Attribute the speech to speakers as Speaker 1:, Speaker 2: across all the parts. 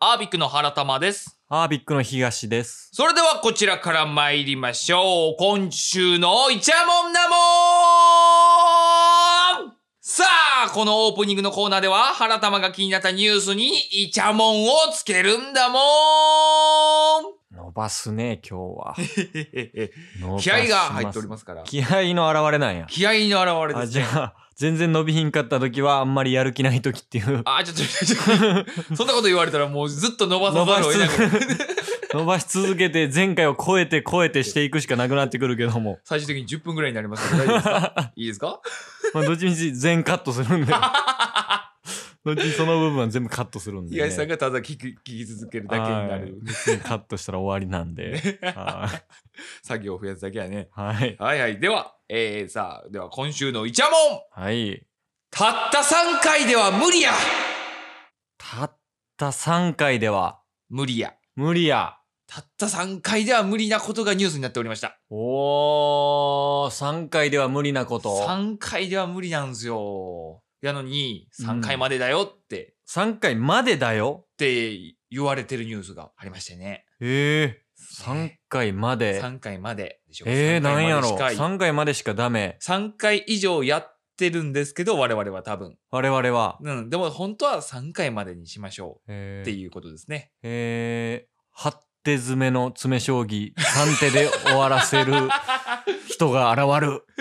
Speaker 1: アービックの原玉です。
Speaker 2: アービックの東です。
Speaker 1: それではこちらから参りましょう。今週のイチャモンナモンさあ、このオープニングのコーナーでは、原玉が気になったニュースにイチャモンをつけるんだも ん
Speaker 2: 伸ばすね、今日は。伸ばし
Speaker 1: 気合が入っておりますから。
Speaker 2: 気合の表れなんや。
Speaker 1: 気合の表れ
Speaker 2: あ
Speaker 1: です
Speaker 2: じ
Speaker 1: ね。
Speaker 2: ゃあ、全然伸びひんかった時は、あんまりやる気ない時っていう。
Speaker 1: あ、ちょっと、ちょっと、 そんなこと言われたらもうずっと伸ばさざるを得ない。
Speaker 2: 伸ばし続け て、前回を超えて超えてしていくしかなくなってくるけども。
Speaker 1: 最終的に10分ぐらいになりますけど、大丈夫です かいいですか
Speaker 2: まあ、どっちみち全カットする んで。どっちみちその部分は全部カットするんで、ね。
Speaker 1: 東さんがただ聞き聞き続けるだけにな
Speaker 2: はい
Speaker 1: る
Speaker 2: 別にカットしたら終わりなんで。はい
Speaker 1: 作業を増やすだけやね。
Speaker 2: はい。
Speaker 1: はいはい。では、えー、さあ、では今週のイチャモン
Speaker 2: はい。
Speaker 1: たった3回では無理や
Speaker 2: たった3回では、
Speaker 1: 無理や。
Speaker 2: 無理や。
Speaker 1: たった3回では無理なことがニュースになっておりました。
Speaker 2: おー、3回では無理なこと。
Speaker 1: 3回では無理なんですよ。やのに、3回までだよって、っ
Speaker 2: 3回までだよ。
Speaker 1: て言われてるニュースがありましてね。
Speaker 2: えー、3回まで。
Speaker 1: 3回まででしょ。
Speaker 2: えー、
Speaker 1: 3
Speaker 2: な
Speaker 1: 回
Speaker 2: んやろ。
Speaker 1: までしか
Speaker 2: 3回までしかダメ。
Speaker 1: 3回以上やってるんですけど、我々は多分。
Speaker 2: 我々は。
Speaker 1: うん、でも本当は3回までにしましょう
Speaker 2: え
Speaker 1: って
Speaker 2: ー、
Speaker 1: いうことですね。
Speaker 2: えー、8手詰めの詰め将棋、3手で終わら せる人が現る。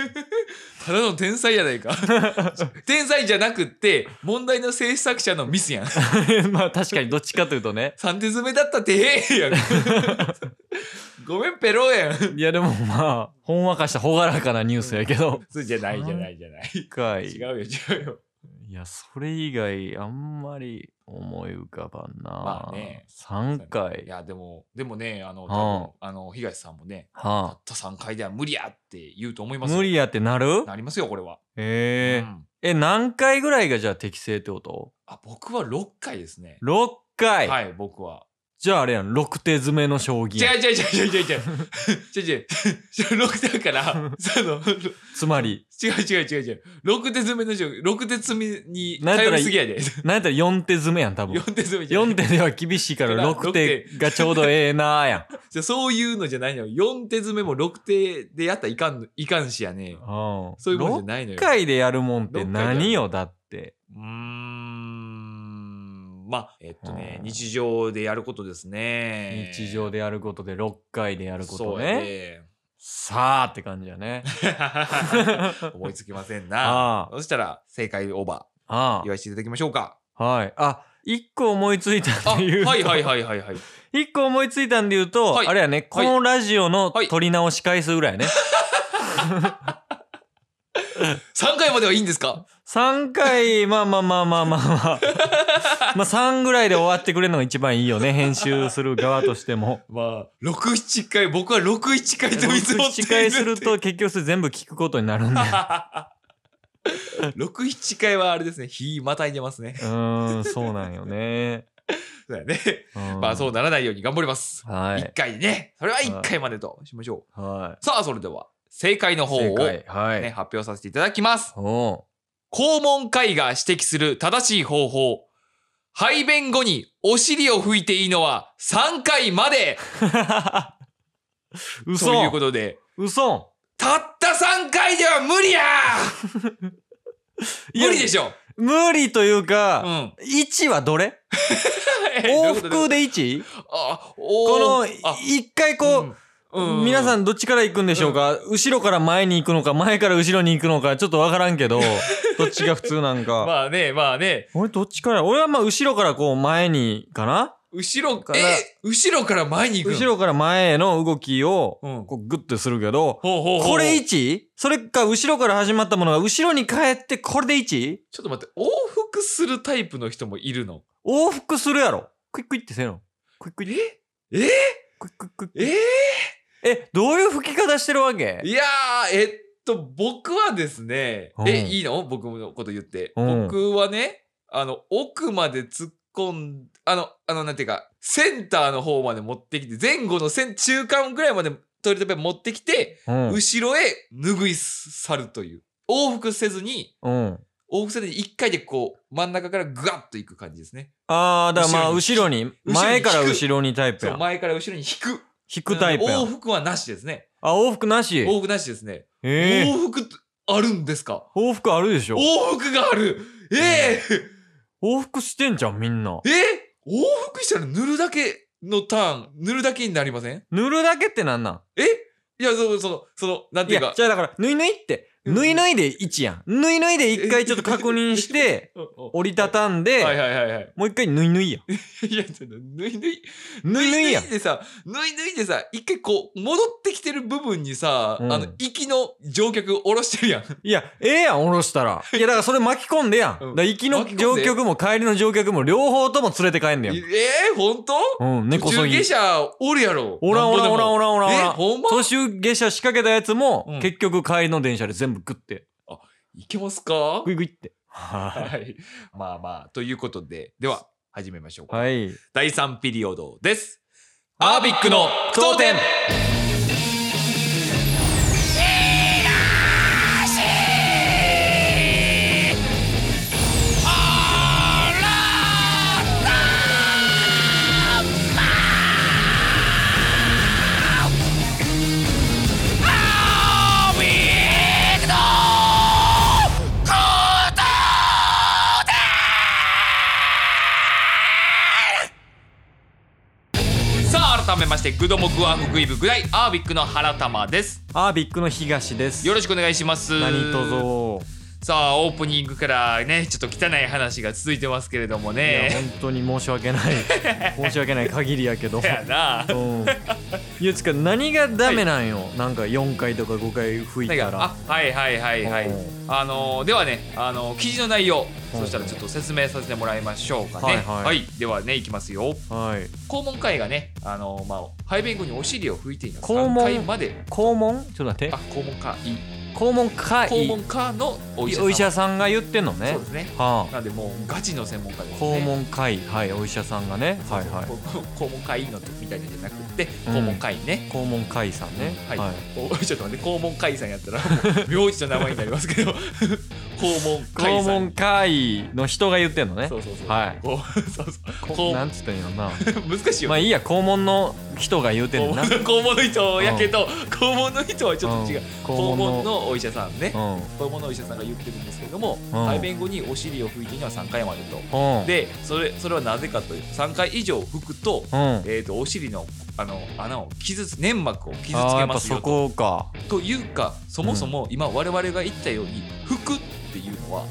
Speaker 1: ただの天才やないか。天才じゃなくって、問題の制作者のミスやん。
Speaker 2: まあ確かにどっちかというとね。
Speaker 1: 三手詰めだったってへえ やん。ごめん、ペロやん。
Speaker 2: いやでもまあ、ほんわかした朗らかなニュースやけど。
Speaker 1: そうじゃないじゃないじゃない。
Speaker 2: 一回。
Speaker 1: 違うよ、違うよ。
Speaker 2: いや、それ以外、あんまり思い浮かばんな。
Speaker 1: まあね
Speaker 2: 3
Speaker 1: い
Speaker 2: 回。は
Speaker 1: や、でも、でもね、あの、多
Speaker 2: うん
Speaker 1: 分あの、東さんもね、た
Speaker 2: あ
Speaker 1: った3回では無理やって言うと思いますよ
Speaker 2: 無理やってなる
Speaker 1: なりますよ、これは。
Speaker 2: え
Speaker 1: う
Speaker 2: ー
Speaker 1: ん
Speaker 2: え、何回ぐらいがじゃあ適正ってこと
Speaker 1: あ、僕は6回ですね。
Speaker 2: ?6 回、
Speaker 1: はい、僕は。
Speaker 2: じゃああれやん、6手詰めの将棋やん
Speaker 1: 違う違う違う違う違う 違う。違う違う。6だから、 その、
Speaker 2: つまり、
Speaker 1: 違う違う違う違う。六手詰めの将棋、六手詰めに
Speaker 2: なんやっ
Speaker 1: 頼
Speaker 2: たら
Speaker 1: りすぎやで。
Speaker 2: なんやったら4手詰めやん、多
Speaker 1: 四
Speaker 2: 分。
Speaker 1: 手詰めじゃない
Speaker 2: 4手では厳しいか
Speaker 1: だ
Speaker 2: ら
Speaker 1: から
Speaker 2: 6手がちょうどええなーやん。
Speaker 1: じゃあそういうのじゃないのよ。四手詰めも六手でやったらいかんの、いかんしやね。
Speaker 2: うん、
Speaker 1: そういうもんじゃないのよ。
Speaker 2: 6回でやるもんって
Speaker 1: 六回でやる
Speaker 2: 何よ、だって。
Speaker 1: うーん。まあ、えっとね、
Speaker 2: うん
Speaker 1: 日常でやることですね。
Speaker 2: 日常
Speaker 1: で
Speaker 2: でやることで6回でや
Speaker 1: や
Speaker 2: ることね。。さあって感じ やね。
Speaker 1: そうやで思いつきませんな。
Speaker 2: ああ。
Speaker 1: そしたら、正解オーバー、
Speaker 2: あ
Speaker 1: 言わせていただきましょう か。
Speaker 2: あ。はい。あ、一個思いついた
Speaker 1: あ、
Speaker 2: ん
Speaker 1: は
Speaker 2: で言う
Speaker 1: い
Speaker 2: と。
Speaker 1: はいはいはいはい。
Speaker 2: 一個思いついたんで言うと、
Speaker 1: はい
Speaker 2: あれやね、このラジオの撮り直し回数ぐらいやね。
Speaker 1: 三回まではいいんですか
Speaker 2: 3 回、まあまあまあまあまあまあ。まあ3ぐらいで終わってくれるのが一番いいよね、編集する側としても。
Speaker 1: まあ、6、7回、僕は6、7回と見積もって いるって
Speaker 2: 7回すると結局それ全部聞くことにな るんで。う
Speaker 1: 6、7回はあれですね、日またいでますね。
Speaker 2: ーん、そうなんよね。
Speaker 1: そうだね。
Speaker 2: うん
Speaker 1: まあ、そうならないように頑張ります。
Speaker 2: は
Speaker 1: 1
Speaker 2: い。
Speaker 1: 回ね、それは1回までとしましょ
Speaker 2: は
Speaker 1: う。さあ、それでは、正解の
Speaker 2: い。
Speaker 1: 方を、ね、
Speaker 2: 正解。は
Speaker 1: 発
Speaker 2: い。
Speaker 1: 表させていただきます。
Speaker 2: おう
Speaker 1: 肛門科医が指摘する正しい方法。排便後にお尻を拭いていいのは3回まで
Speaker 2: 嘘
Speaker 1: ということで、
Speaker 2: 嘘
Speaker 1: たった3回では無理や無理でしょ
Speaker 2: 無理という
Speaker 1: う
Speaker 2: か、
Speaker 1: ん。
Speaker 2: 位置はどれ往
Speaker 1: 往
Speaker 2: 復で位置
Speaker 1: あ、
Speaker 2: この
Speaker 1: おあ
Speaker 2: 一回こう、皆さ
Speaker 1: ん、
Speaker 2: んどっちから行くんでしょうか、後ろから前に行くのか前から後ろに行くのかちょっとわからんけどどっちが普通なんか、
Speaker 1: まあね、まあね、
Speaker 2: 俺どっちから俺はまあ後ろからこう前にかな
Speaker 1: 後ろ
Speaker 2: から
Speaker 1: え、後ろから前に行くの
Speaker 2: 後ろから前への動きを
Speaker 1: うん
Speaker 2: こうグッてするけど、
Speaker 1: ほうほうほう
Speaker 2: これ1それか後ろから始まったものが後ろに帰ってこれで 1?
Speaker 1: ちょっと待って、往復するタイプの人もいるの。
Speaker 2: 往復するやろクイックイってせんのクイックイッ
Speaker 1: ええ
Speaker 2: クイックイックイッ
Speaker 1: え
Speaker 2: え、どういう吹き方してるわけ
Speaker 1: ーいやー、えっと、僕はですね
Speaker 2: う、ん
Speaker 1: え、いいの僕のこと言って。
Speaker 2: うん
Speaker 1: 僕はね、あの、奥まで突っ込んあの、あの、なんていうか、センターの方まで持ってきて、前後のせん中間ぐらいまでトイレットペーパー持ってきて、
Speaker 2: うん。
Speaker 1: 後ろへ拭い去るという。往復せずに、
Speaker 2: うん。
Speaker 1: 往復線で1回でこう、真ん中からグワッといく感じですね。
Speaker 2: ああ、だからまあ、後ろに、
Speaker 1: 後ろに引く
Speaker 2: 前から後ろにタイプ
Speaker 1: そ
Speaker 2: や
Speaker 1: う、。前から後ろに引く。
Speaker 2: 引くタイプや
Speaker 1: 往。復はなしですね。
Speaker 2: あ、往復なし。
Speaker 1: 往復なしですね。
Speaker 2: ええ。
Speaker 1: 往復あるんですか
Speaker 2: 往復あるでしょ。
Speaker 1: 往復があるえ
Speaker 2: 往復してんじゃん、みんな
Speaker 1: え。え往復したら塗るだけのターン、塗るだけになりません
Speaker 2: 塗るだけってなんなん
Speaker 1: えいや、その、その、その、なん
Speaker 2: い
Speaker 1: ていう
Speaker 2: や
Speaker 1: か、。
Speaker 2: じゃあだから、ぬいぬいって、
Speaker 1: うん
Speaker 2: ぬいぬいで1やん。ぬいぬいで1回ちょっと確認して、
Speaker 1: うんうん
Speaker 2: 折りたたん
Speaker 1: はい
Speaker 2: で、
Speaker 1: はいはいはい。
Speaker 2: もう一回ぬいぬいやん。
Speaker 1: い や、ちょっと、ぬいぬい、
Speaker 2: ぬいぬいやん。
Speaker 1: でさ、ぬいぬいでさ、一回こう、戻ってきてる部分にさ、
Speaker 2: うん
Speaker 1: あの、息の乗客下ろしてるやん。
Speaker 2: いや、ええやん、下ろしたら。いや、だからそれ巻き込んでやん。だ
Speaker 1: うん
Speaker 2: から行きの
Speaker 1: 巻き込ん
Speaker 2: 乗
Speaker 1: で
Speaker 2: 客も帰りの乗客も両方とも連れて帰んね
Speaker 1: え
Speaker 2: や
Speaker 1: ー、
Speaker 2: ん。
Speaker 1: ほんと
Speaker 2: うん、根こそ
Speaker 1: 途中
Speaker 2: ぎ
Speaker 1: 下。車おるやろ。
Speaker 2: おらんおらんおらんお
Speaker 1: ん
Speaker 2: らんおらんお
Speaker 1: え、
Speaker 2: らん。
Speaker 1: ほんま
Speaker 2: 途中下車仕掛けたやつも、
Speaker 1: うん
Speaker 2: 結局帰りの電車で全部グッて、
Speaker 1: いけますか
Speaker 2: グイグ イって。は
Speaker 1: はい。まあまあ、ということで、では、始めましょう
Speaker 2: い。
Speaker 1: か。
Speaker 2: はい。
Speaker 1: 第3ピリオドです。アービックの句読点さあ、改めまして、グドモクワ福井部具大アービックの原玉です。
Speaker 2: アービックの東です。
Speaker 1: よろしくお願いします。
Speaker 2: 何とぞ。
Speaker 1: さあ、オープニングからね、ちょっと汚い話が続いてますけれども
Speaker 2: いや、
Speaker 1: ね。
Speaker 2: 本当に申し 訳ない。申し訳ない限りやけど。
Speaker 1: やな。
Speaker 2: うん。いや、つか何がダメなんよ。なんか4回とか5回吹い
Speaker 1: な
Speaker 2: た
Speaker 1: ん
Speaker 2: ら
Speaker 1: か。あはいはいはいはい
Speaker 2: うん
Speaker 1: あのーではねあのー記事の内容
Speaker 2: うん
Speaker 1: そしたらちょっと説明させてもらいましょうかね
Speaker 2: はいはい
Speaker 1: ではねいきますよ
Speaker 2: はい。
Speaker 1: 肛門会がねあのーまあ排便後にお尻を拭いています
Speaker 2: 肛門
Speaker 1: 3回まで
Speaker 2: 肛門ちょっと待って
Speaker 1: あ。肛門科い
Speaker 2: 肛門かい
Speaker 1: 肛門科のお医者さん
Speaker 2: お医者さんが言ってんのね
Speaker 1: そうですね
Speaker 2: はあ
Speaker 1: なんでもうガチの専門家ですね
Speaker 2: 肛門かいはいお医者さんがね
Speaker 1: そう
Speaker 2: はい
Speaker 1: そう
Speaker 2: はい
Speaker 1: ここ肛門科医のみたいなんじゃなくて肛門科医ね
Speaker 2: 肛門かいさんね
Speaker 1: はい、お ちょっと待って肛門会さんやったら もう名字と名前になりますけど 肛門会
Speaker 2: 肛
Speaker 1: さん
Speaker 2: 門かいの人が言ってんのね
Speaker 1: そうそうそう、
Speaker 2: はい
Speaker 1: こうそうそう
Speaker 2: こなんつってんのな
Speaker 1: 難しいよ、
Speaker 2: まあいいや肛門の人が言うてん
Speaker 1: 肛
Speaker 2: のな
Speaker 1: 門肛門の人やけど、肛門の人はちょっと違う、肛
Speaker 2: ん肛
Speaker 1: 門
Speaker 2: 門の
Speaker 1: のお医者さんね、
Speaker 2: うん
Speaker 1: 肛門のお医者さんが言ってるんですけれども、
Speaker 2: うん
Speaker 1: 排便後にお尻を拭いてには3回までと、
Speaker 2: うん
Speaker 1: でそれそれはなぜかというと3回以上拭くと,、
Speaker 2: うん
Speaker 1: えー、とお尻のあの穴を傷つ粘膜を傷つけ
Speaker 2: あーやっぱ
Speaker 1: ますよと
Speaker 2: そこか
Speaker 1: というかそもそも今我々が言ったように拭くっていうのは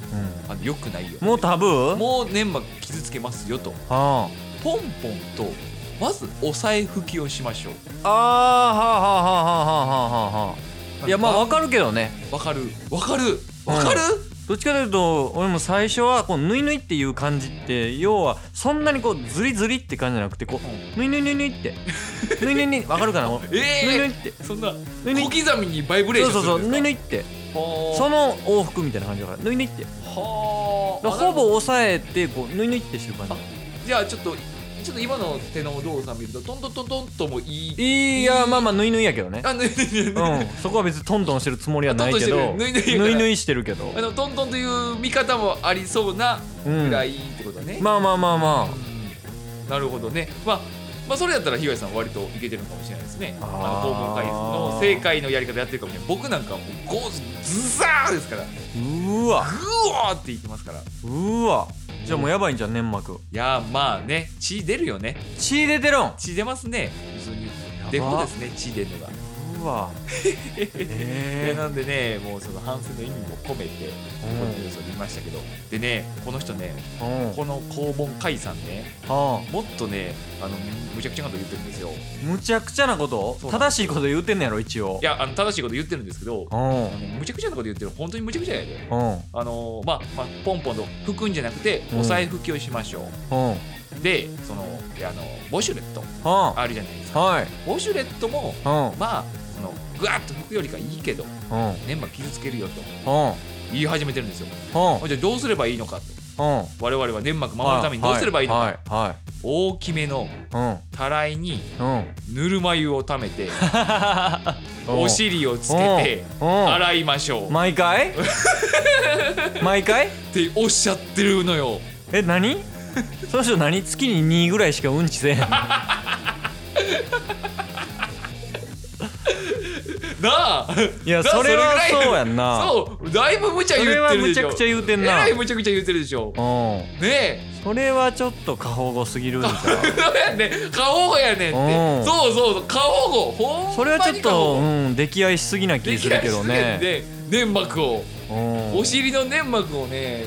Speaker 2: うん
Speaker 1: あの良くないよ
Speaker 2: もうタブー
Speaker 1: もう粘膜傷つけますよと
Speaker 2: あ
Speaker 1: ポンポンとまず押さえ拭きをしましょう
Speaker 2: あーはあはあはあはあはあはあいやまあわかるけどね
Speaker 1: わかるわかるわかる、
Speaker 2: どっちかというと俺も最初はこうぬいぬいっていう感じって要はそんなにこうずりずりって感じじゃなくてこうぬいぬいぬいぬいってぬいぬいぬいわかるかなぬ
Speaker 1: え
Speaker 2: いぬ
Speaker 1: え
Speaker 2: いって
Speaker 1: そんな
Speaker 2: ぬいぬい
Speaker 1: 小刻みにバイブレー
Speaker 2: そ
Speaker 1: シ
Speaker 2: う
Speaker 1: ョ
Speaker 2: そ
Speaker 1: ン
Speaker 2: う
Speaker 1: す
Speaker 2: そ
Speaker 1: るですか
Speaker 2: うんぬいぬいって
Speaker 1: は
Speaker 2: その往復みたいな感じだからぬいぬいってだか
Speaker 1: あはあ
Speaker 2: らほぼ押さえてこうぬいぬいってしてる感じ
Speaker 1: じゃあちょっとちょっと今の手の動作見るとトントントントンともいい
Speaker 2: いやまあまあぬいぬいやけどね
Speaker 1: あぬいぬいぬいぬい
Speaker 2: うんそこは別にトントンしてるつもりはないけ
Speaker 1: ト
Speaker 2: ど
Speaker 1: ン
Speaker 2: ぬ
Speaker 1: ト
Speaker 2: い
Speaker 1: ンしてるぬいぬいやから
Speaker 2: ぬいしてるけど
Speaker 1: あのトントンという見方もありそうな
Speaker 2: う
Speaker 1: ぐ
Speaker 2: ん
Speaker 1: らいってことね、
Speaker 2: まあまあまあまあ
Speaker 1: うんなるほどねまあまあそれだったら東さん割といけてるかもしれないですねあ
Speaker 2: あー
Speaker 1: の肛門会の正解のやり方やってるかもしれない僕なんかもうゴーズズザーですから
Speaker 2: うーわ
Speaker 1: グワーっていきますからいう
Speaker 2: ーわじゃあもうやばいんじゃん粘膜
Speaker 1: やーまあね血出るよね
Speaker 2: 血出てるん
Speaker 1: 血出ますね普通に
Speaker 2: ば
Speaker 1: デフォですね血出るのが、
Speaker 2: う わえ
Speaker 1: でなんでねもうその反省の意味も込めてこのニュースを見ましたけどでねこの人ね
Speaker 2: うんうん
Speaker 1: この肛門解散ね
Speaker 2: は
Speaker 1: もっとねあのむちゃくちゃなこと言ってるんですよ
Speaker 2: あむちゃくちゃなこと
Speaker 1: そうなんで
Speaker 2: 正しいこと言うてんねやろ一応
Speaker 1: いやあの正しいこと言ってるんですけど
Speaker 2: う
Speaker 1: あの
Speaker 2: ん
Speaker 1: むちゃくちゃなこと言ってる本当にむちゃくちゃやで
Speaker 2: うん
Speaker 1: あのまあ、まあ、ポンポンと拭くんじゃなくて
Speaker 2: うん
Speaker 1: 押さえ拭きをしましょ
Speaker 2: うん
Speaker 1: う、でそのであのウォシュレット
Speaker 2: は
Speaker 1: あるじゃないです
Speaker 2: あ
Speaker 1: か
Speaker 2: はい
Speaker 1: ウォシュレットも
Speaker 2: うん
Speaker 1: まあそのぐわっと拭くよりかいいけど
Speaker 2: うん
Speaker 1: 粘膜傷つけるよと
Speaker 2: うん
Speaker 1: 言い始めてるんですよ
Speaker 2: うん
Speaker 1: じゃあどうすればいいのか
Speaker 2: うん
Speaker 1: 我々は粘膜守るためにどうすればいいのか、
Speaker 2: はいは
Speaker 1: 大きめの
Speaker 2: いは
Speaker 1: たらいに
Speaker 2: いうんうん
Speaker 1: ぬるま湯をため てお尻をつけて
Speaker 2: うんうん
Speaker 1: 洗いましょうっ
Speaker 2: 毎回毎回
Speaker 1: ておっしゃってるのよ
Speaker 2: え何 その人何月に2ぐらいしかうんちせえへんの
Speaker 1: なあ
Speaker 2: いや
Speaker 1: なあ
Speaker 2: それ
Speaker 1: れ
Speaker 2: は
Speaker 1: ぐらい
Speaker 2: そうやんな
Speaker 1: そうだいぶ無茶
Speaker 2: そ
Speaker 1: 言
Speaker 2: れ
Speaker 1: っ
Speaker 2: は
Speaker 1: てる
Speaker 2: む
Speaker 1: で
Speaker 2: ち
Speaker 1: し
Speaker 2: ゃ
Speaker 1: ょ
Speaker 2: くちゃ言うてん
Speaker 1: え
Speaker 2: な
Speaker 1: らいうむちゃくちゃ言ってるでしょ
Speaker 2: ん
Speaker 1: ね
Speaker 2: それはちょっと過保護すぎる んじゃ
Speaker 1: えそうや ねん過保護やねん
Speaker 2: う
Speaker 1: って
Speaker 2: ん
Speaker 1: そうそうそう過保護ほんまに
Speaker 2: それはちょっ
Speaker 1: 過保
Speaker 2: と、
Speaker 1: 護
Speaker 2: うん、溺愛しすぎな気するけどね
Speaker 1: で粘膜を
Speaker 2: うん
Speaker 1: お尻の粘膜をね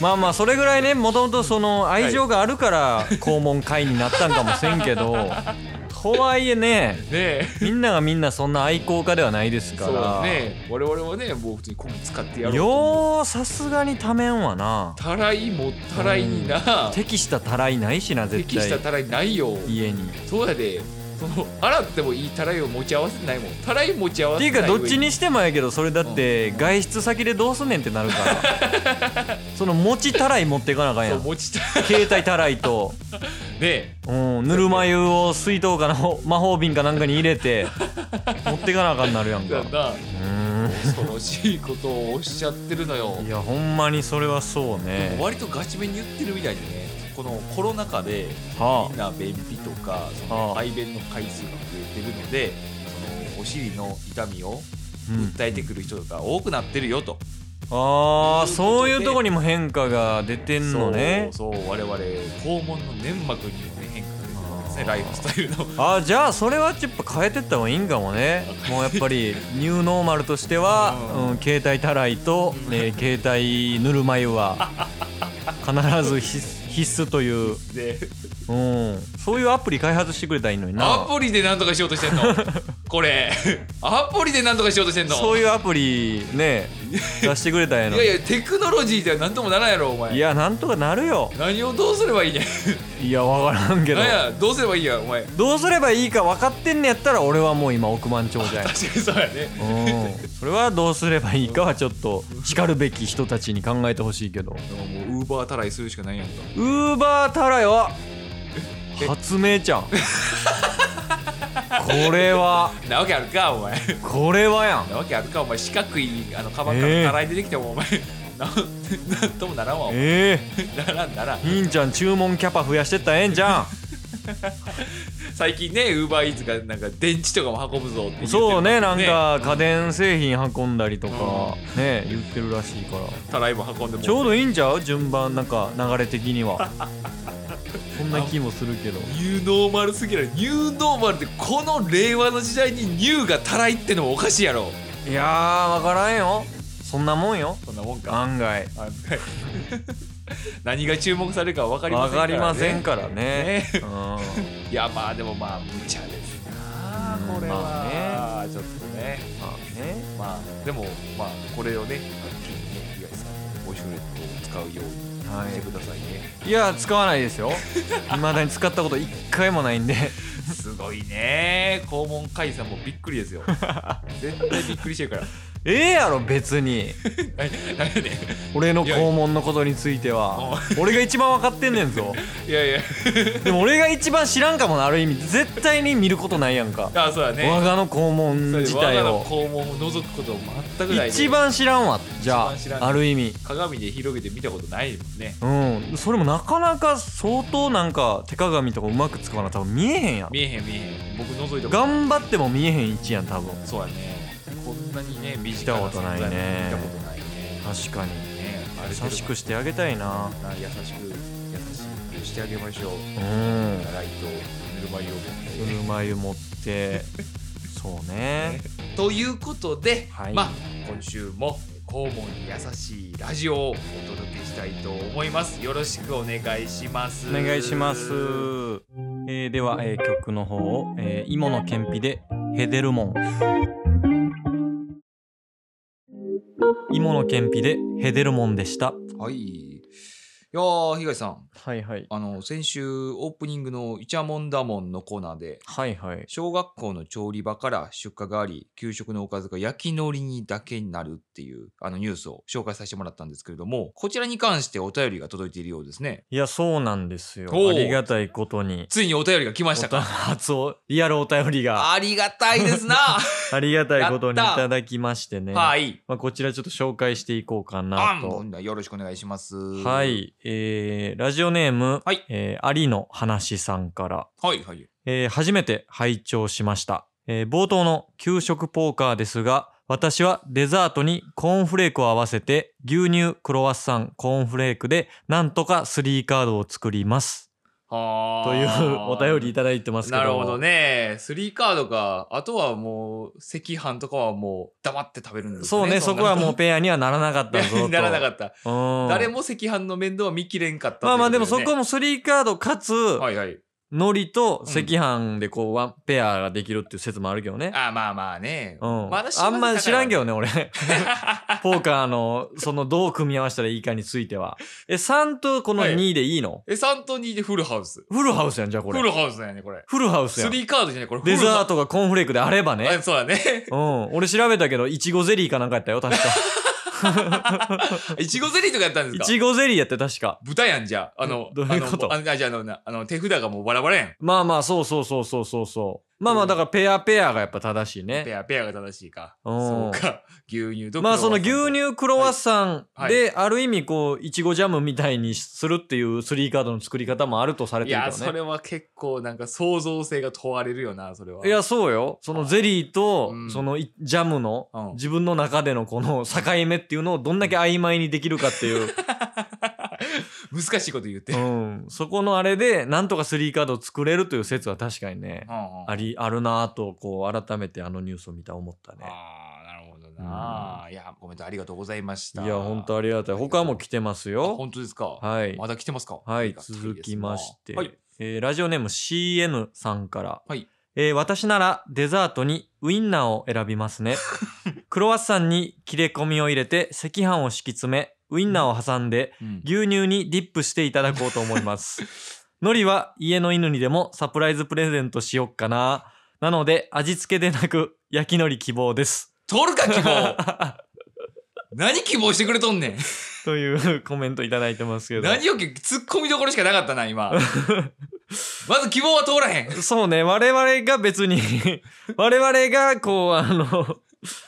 Speaker 2: まあまあそれぐらいねもともとその愛情がある から肛門会になったんかもせんけどとはいえね
Speaker 1: ねえ
Speaker 2: みんながみんなそんな愛好家ではないですか
Speaker 1: そう
Speaker 2: ら
Speaker 1: ね我々はねもう普通にこき使ってやろう
Speaker 2: ようさすがにためんわな
Speaker 1: たらいもたらいにな
Speaker 2: 適したたらいないしな絶
Speaker 1: 適した
Speaker 2: 対
Speaker 1: たらいないよ
Speaker 2: 家にっ
Speaker 1: そうやでその洗ってもいいたらいを持ち合わせてないもんたらい持ち合わ
Speaker 2: て
Speaker 1: せ
Speaker 2: いう
Speaker 1: て
Speaker 2: か
Speaker 1: ない
Speaker 2: どっちにしてもやけどそれだって外出先でどうすんねんってなるから その持ちたらい持っていかなあかん
Speaker 1: 上
Speaker 2: や
Speaker 1: にそうん持ちた
Speaker 2: 携帯たらいと、
Speaker 1: ね
Speaker 2: うん、ぬるま湯を水筒かな 魔法瓶かなんかに入れて持っていかなあかんなるやん
Speaker 1: えだ
Speaker 2: か
Speaker 1: んだ
Speaker 2: うん
Speaker 1: 恐ろしいことをおっしゃってるのよ
Speaker 2: いやほんまにそれはそうね
Speaker 3: 割とガチめに言ってるみたいでねこのコロナ禍で
Speaker 2: は
Speaker 3: みんな便秘とかその
Speaker 2: ああ
Speaker 3: 排便の回数が増えてるのでそのお尻の痛みを
Speaker 2: あ、うん、
Speaker 3: 訴えてくる人が多くなってるよと、
Speaker 2: あー
Speaker 3: ということで
Speaker 2: そういうとこにも変化が出てんのね
Speaker 3: そうそう我々肛門の粘膜にもね変化が出てるんですね
Speaker 2: ああ
Speaker 3: ライフスタイルの
Speaker 2: あーじゃあそれはやっぱ変えてった方がいいんかもねもうやっぱりニューノーマルとしては、
Speaker 3: うん
Speaker 2: うん、携帯たらいと、えー携帯ぬるま湯は必ず必必須という、
Speaker 3: で
Speaker 2: うん、そういうアプリ開発してくれたらいいのに
Speaker 1: ア
Speaker 2: な
Speaker 1: プリでなんとかしようとしてん のこれアプリでなんとかしようとしてんの
Speaker 2: そういうアプリね出してくれたらいいの
Speaker 1: いやいやテクノロジーではなんともならんやろお前
Speaker 2: いやなんとかなるよ
Speaker 1: 何をどうすればいいねん
Speaker 2: いやわからんけど
Speaker 1: 何やどうすればいいやお前確
Speaker 2: どうすればいいか分かってんねやったら俺はもう今億万長者や
Speaker 1: かにそうやね
Speaker 2: うんそれはどうすればいいかはちょっとしかるべき人たちに考えてほしいけど
Speaker 1: でももうウーバーたらいするしかないやんか
Speaker 2: ウーバーたらいは発明ちゃんこれは
Speaker 1: なわけあるかお前
Speaker 2: これはやん
Speaker 1: なわけあるかお前四角いあのカバンか
Speaker 2: え
Speaker 1: ら
Speaker 2: え
Speaker 1: たらい出てきてもお前なん なんともならんわお前
Speaker 2: え
Speaker 1: ならんならん
Speaker 2: えひんちゃん注文キャパ増やしてったらええんじゃ
Speaker 1: 最近ねウーバーイーツがなんか電池とかも運ぶぞって言って
Speaker 2: ん
Speaker 1: る
Speaker 2: そうねなん
Speaker 1: ね
Speaker 2: か家電製品運んだりとかね言ってるらしいから
Speaker 1: たらいも運んでも
Speaker 2: ちょうどいいんちゃう順番なんか流れ的にはそんな気もするけど
Speaker 1: ニューノーマルすぎるニューノーマルってこの令和の時代にニューがたらいってのもおかしいやろ
Speaker 2: いやーわからんよそんなもんよ
Speaker 1: そんなもんか
Speaker 2: 案外
Speaker 1: あの何が注目されるか分かりま
Speaker 2: わ
Speaker 1: せんから、
Speaker 2: か
Speaker 1: ね、
Speaker 2: りませんか
Speaker 1: ね
Speaker 2: らねうんま
Speaker 1: いやまあでもまあ無茶ですな
Speaker 2: うん
Speaker 1: これは、
Speaker 2: ま
Speaker 1: ちょっとね
Speaker 2: あね
Speaker 1: まあでもまあこれをねはっきりね東さんボイシュレットを使うよう
Speaker 2: は
Speaker 1: にしてく
Speaker 2: い
Speaker 1: ださいね、
Speaker 2: いや使わないですよ未だに使ったこと一回もないんです
Speaker 1: ごいね肛門解散もびっくりです よ絶対びっくりしてるから
Speaker 2: ええやろ別に
Speaker 1: 何やね
Speaker 2: 俺の肛門のことについては俺が一番分かってんねんぞ
Speaker 1: んいやいや
Speaker 2: でも俺が一番知らんかもなある意味絶対に見ることないやんか
Speaker 1: あそうだ
Speaker 2: 我
Speaker 1: ね
Speaker 2: がの肛門
Speaker 1: そう
Speaker 2: 自
Speaker 1: 我
Speaker 2: 体
Speaker 1: が
Speaker 2: を
Speaker 1: の肛門を覗くこと全くないね
Speaker 2: 一番知らんわじゃ
Speaker 1: 一番知らん
Speaker 2: あある意味
Speaker 1: 鏡で広げて見たことないもんね
Speaker 2: うんそれもなかなか相当なんか手鏡とかうまく使わな多分見えへんやん
Speaker 1: 見えへん見えへん僕覗いたことない
Speaker 2: 頑張っても見えへん位置やん多分
Speaker 1: そうやねこんなにね短
Speaker 2: 見たことないね
Speaker 1: 見たことないね
Speaker 2: 確かに
Speaker 1: ねあれ
Speaker 2: 優しくしてあげたいな
Speaker 1: な優しく優しくしてあげましょう
Speaker 2: うん
Speaker 1: ライトぬるま湯を持
Speaker 2: ぬるま湯持って そうね
Speaker 1: ってということで、
Speaker 2: はい
Speaker 1: まあ今週も肛門に優しいラジオをお届けしたいと思いますよろしくお願いします
Speaker 2: お願いします、えーでは、えー曲の方を「えー、芋のけんぴ」で「ヘデルモン」芋のけんぴで「ヘデルモン」でした
Speaker 1: はいいやー東さん
Speaker 2: はいはい
Speaker 1: あの先週オープニングの「イチャモンダモン」のコーナーで
Speaker 2: はいはい
Speaker 1: 小学校の調理場から出荷があり給食のおかずが焼き海苔にだけになるっていうあのニュースを紹介させてもらったんですけれどもこちらに関してお便りが届いているようですね
Speaker 2: いやそうなんですよ
Speaker 1: おう
Speaker 2: ありがたいことに
Speaker 1: ついにお便りが来ま
Speaker 2: お
Speaker 1: した
Speaker 2: た
Speaker 1: か
Speaker 2: 初おリアルお便りが
Speaker 1: ありがたいですな
Speaker 2: ありがたいことにい
Speaker 1: やった
Speaker 2: ただきまして ね、
Speaker 1: はい
Speaker 2: まあ、こちらちょっと紹介していこうか
Speaker 1: あ
Speaker 2: なんと
Speaker 1: よろしくお願いします
Speaker 2: は、い、えーラジオネーム、
Speaker 1: はい
Speaker 2: えー、ありの話さんから、
Speaker 1: はいはい
Speaker 2: えー初めて拝聴しました、えー冒頭の給食ポーカーですが私はデザートにコーンフレークを合わせて牛乳クロワッサンコーンフレークでなんとか3カードを作ります
Speaker 1: は
Speaker 2: というお便りいただいてますけど
Speaker 1: なるほどね3カードかあとはもう赤飯とかはもう黙って食べるんですね
Speaker 2: そうねそこはもうペアにはならなか ったぞ と
Speaker 1: ならなかった、
Speaker 2: うん
Speaker 1: 誰も赤飯の面倒は見きれんかったとい
Speaker 2: まあ
Speaker 1: うと
Speaker 2: まあでも
Speaker 1: す
Speaker 2: そ
Speaker 1: ね
Speaker 2: こも3カードかつ、
Speaker 1: はいはい
Speaker 2: 海苔と赤飯でこうワンペアができるっていう説もあるけどね、
Speaker 1: あまあまあね、
Speaker 2: うん、
Speaker 1: まだ幸せ
Speaker 2: あんま知らんけど
Speaker 1: だ
Speaker 2: ね俺
Speaker 1: から
Speaker 2: ポーカーのそのどう組み合わせたらいいかについてはえ3とこの
Speaker 1: はい
Speaker 2: 2でいいの、
Speaker 1: え3と2でフルハウス
Speaker 2: フルハウスやんじゃあこ
Speaker 1: フ
Speaker 2: れ
Speaker 1: ルハウスだよねこれ
Speaker 2: フルハウスやん
Speaker 1: 3カードじゃないこれ
Speaker 2: デザー
Speaker 1: ト
Speaker 2: トがコーンフレークであればね
Speaker 1: あそうだ ね
Speaker 2: うん俺調べたけどいちごゼリーかなんかやったよ 確か
Speaker 1: いちごゼリーとかやったんで
Speaker 2: い
Speaker 1: すか
Speaker 2: ちごゼリーやって確か
Speaker 1: 豚やんじゃああの
Speaker 2: どういうこと
Speaker 1: あのあじゃああのなあの手札がもうバラバラやん
Speaker 2: まあまあそうそうそうそうそうそうまあまあだからペアペアがやっぱ正しいね
Speaker 1: ペアペアが正しいか
Speaker 2: うん
Speaker 1: そうか 牛乳と
Speaker 2: まあその
Speaker 1: ク
Speaker 2: 牛
Speaker 1: ロワッサンと
Speaker 2: 乳クロワッサン
Speaker 1: はい
Speaker 2: である意味こういちごジャムみたいにするっていうスリーカードの作り方もあるとされ
Speaker 1: い
Speaker 2: てる
Speaker 1: や
Speaker 2: けど
Speaker 1: そ
Speaker 2: ね
Speaker 1: れは結構なんか創造性が問われるよなそれはい
Speaker 2: やそうよそのゼリーと
Speaker 1: うん
Speaker 2: そのいジャムの
Speaker 1: うん
Speaker 2: 自分の中でのこの境目っていうのをどんだけ曖昧にできるかっ ていう、
Speaker 1: 難しいこと言って、
Speaker 2: う
Speaker 1: うん
Speaker 2: ん、そこのあれでなんとかスリーカードを作れるという説は確かにね
Speaker 1: うん
Speaker 2: ありあるなぁとこう改めてあのニュースを見た思ったね
Speaker 1: ああなるほどな、いやコメントありがとうございまし
Speaker 2: い
Speaker 1: た
Speaker 2: やほんとありが
Speaker 1: あり
Speaker 2: たい
Speaker 1: がとう
Speaker 2: 他も来てます
Speaker 1: あ
Speaker 2: よ
Speaker 1: 本当ですか、
Speaker 2: はい
Speaker 1: まだ来てますか
Speaker 2: は
Speaker 1: あ
Speaker 2: い
Speaker 1: りがたですな
Speaker 2: 続きまして
Speaker 1: はい
Speaker 2: えーラジオネーム CN さんから、
Speaker 1: はい
Speaker 2: えー私ならデザートにウインナーを選びま すねクロワッサンに切れ込みを入れて赤飯を敷き詰めウインナーを挟んで
Speaker 1: うん
Speaker 2: 牛乳にディップしていただこうと思います 海苔は家の犬にでもサプライズプレゼントしよっかななので味付けでなく焼き海苔希望です
Speaker 1: 取るか希望何希望してくれとんねん
Speaker 2: というコメントいただいてますけど
Speaker 1: 何より突っ込みどころしかなかったな 今まず希望は通らへん
Speaker 2: そうね、我々が別に、 我々がこう、あの、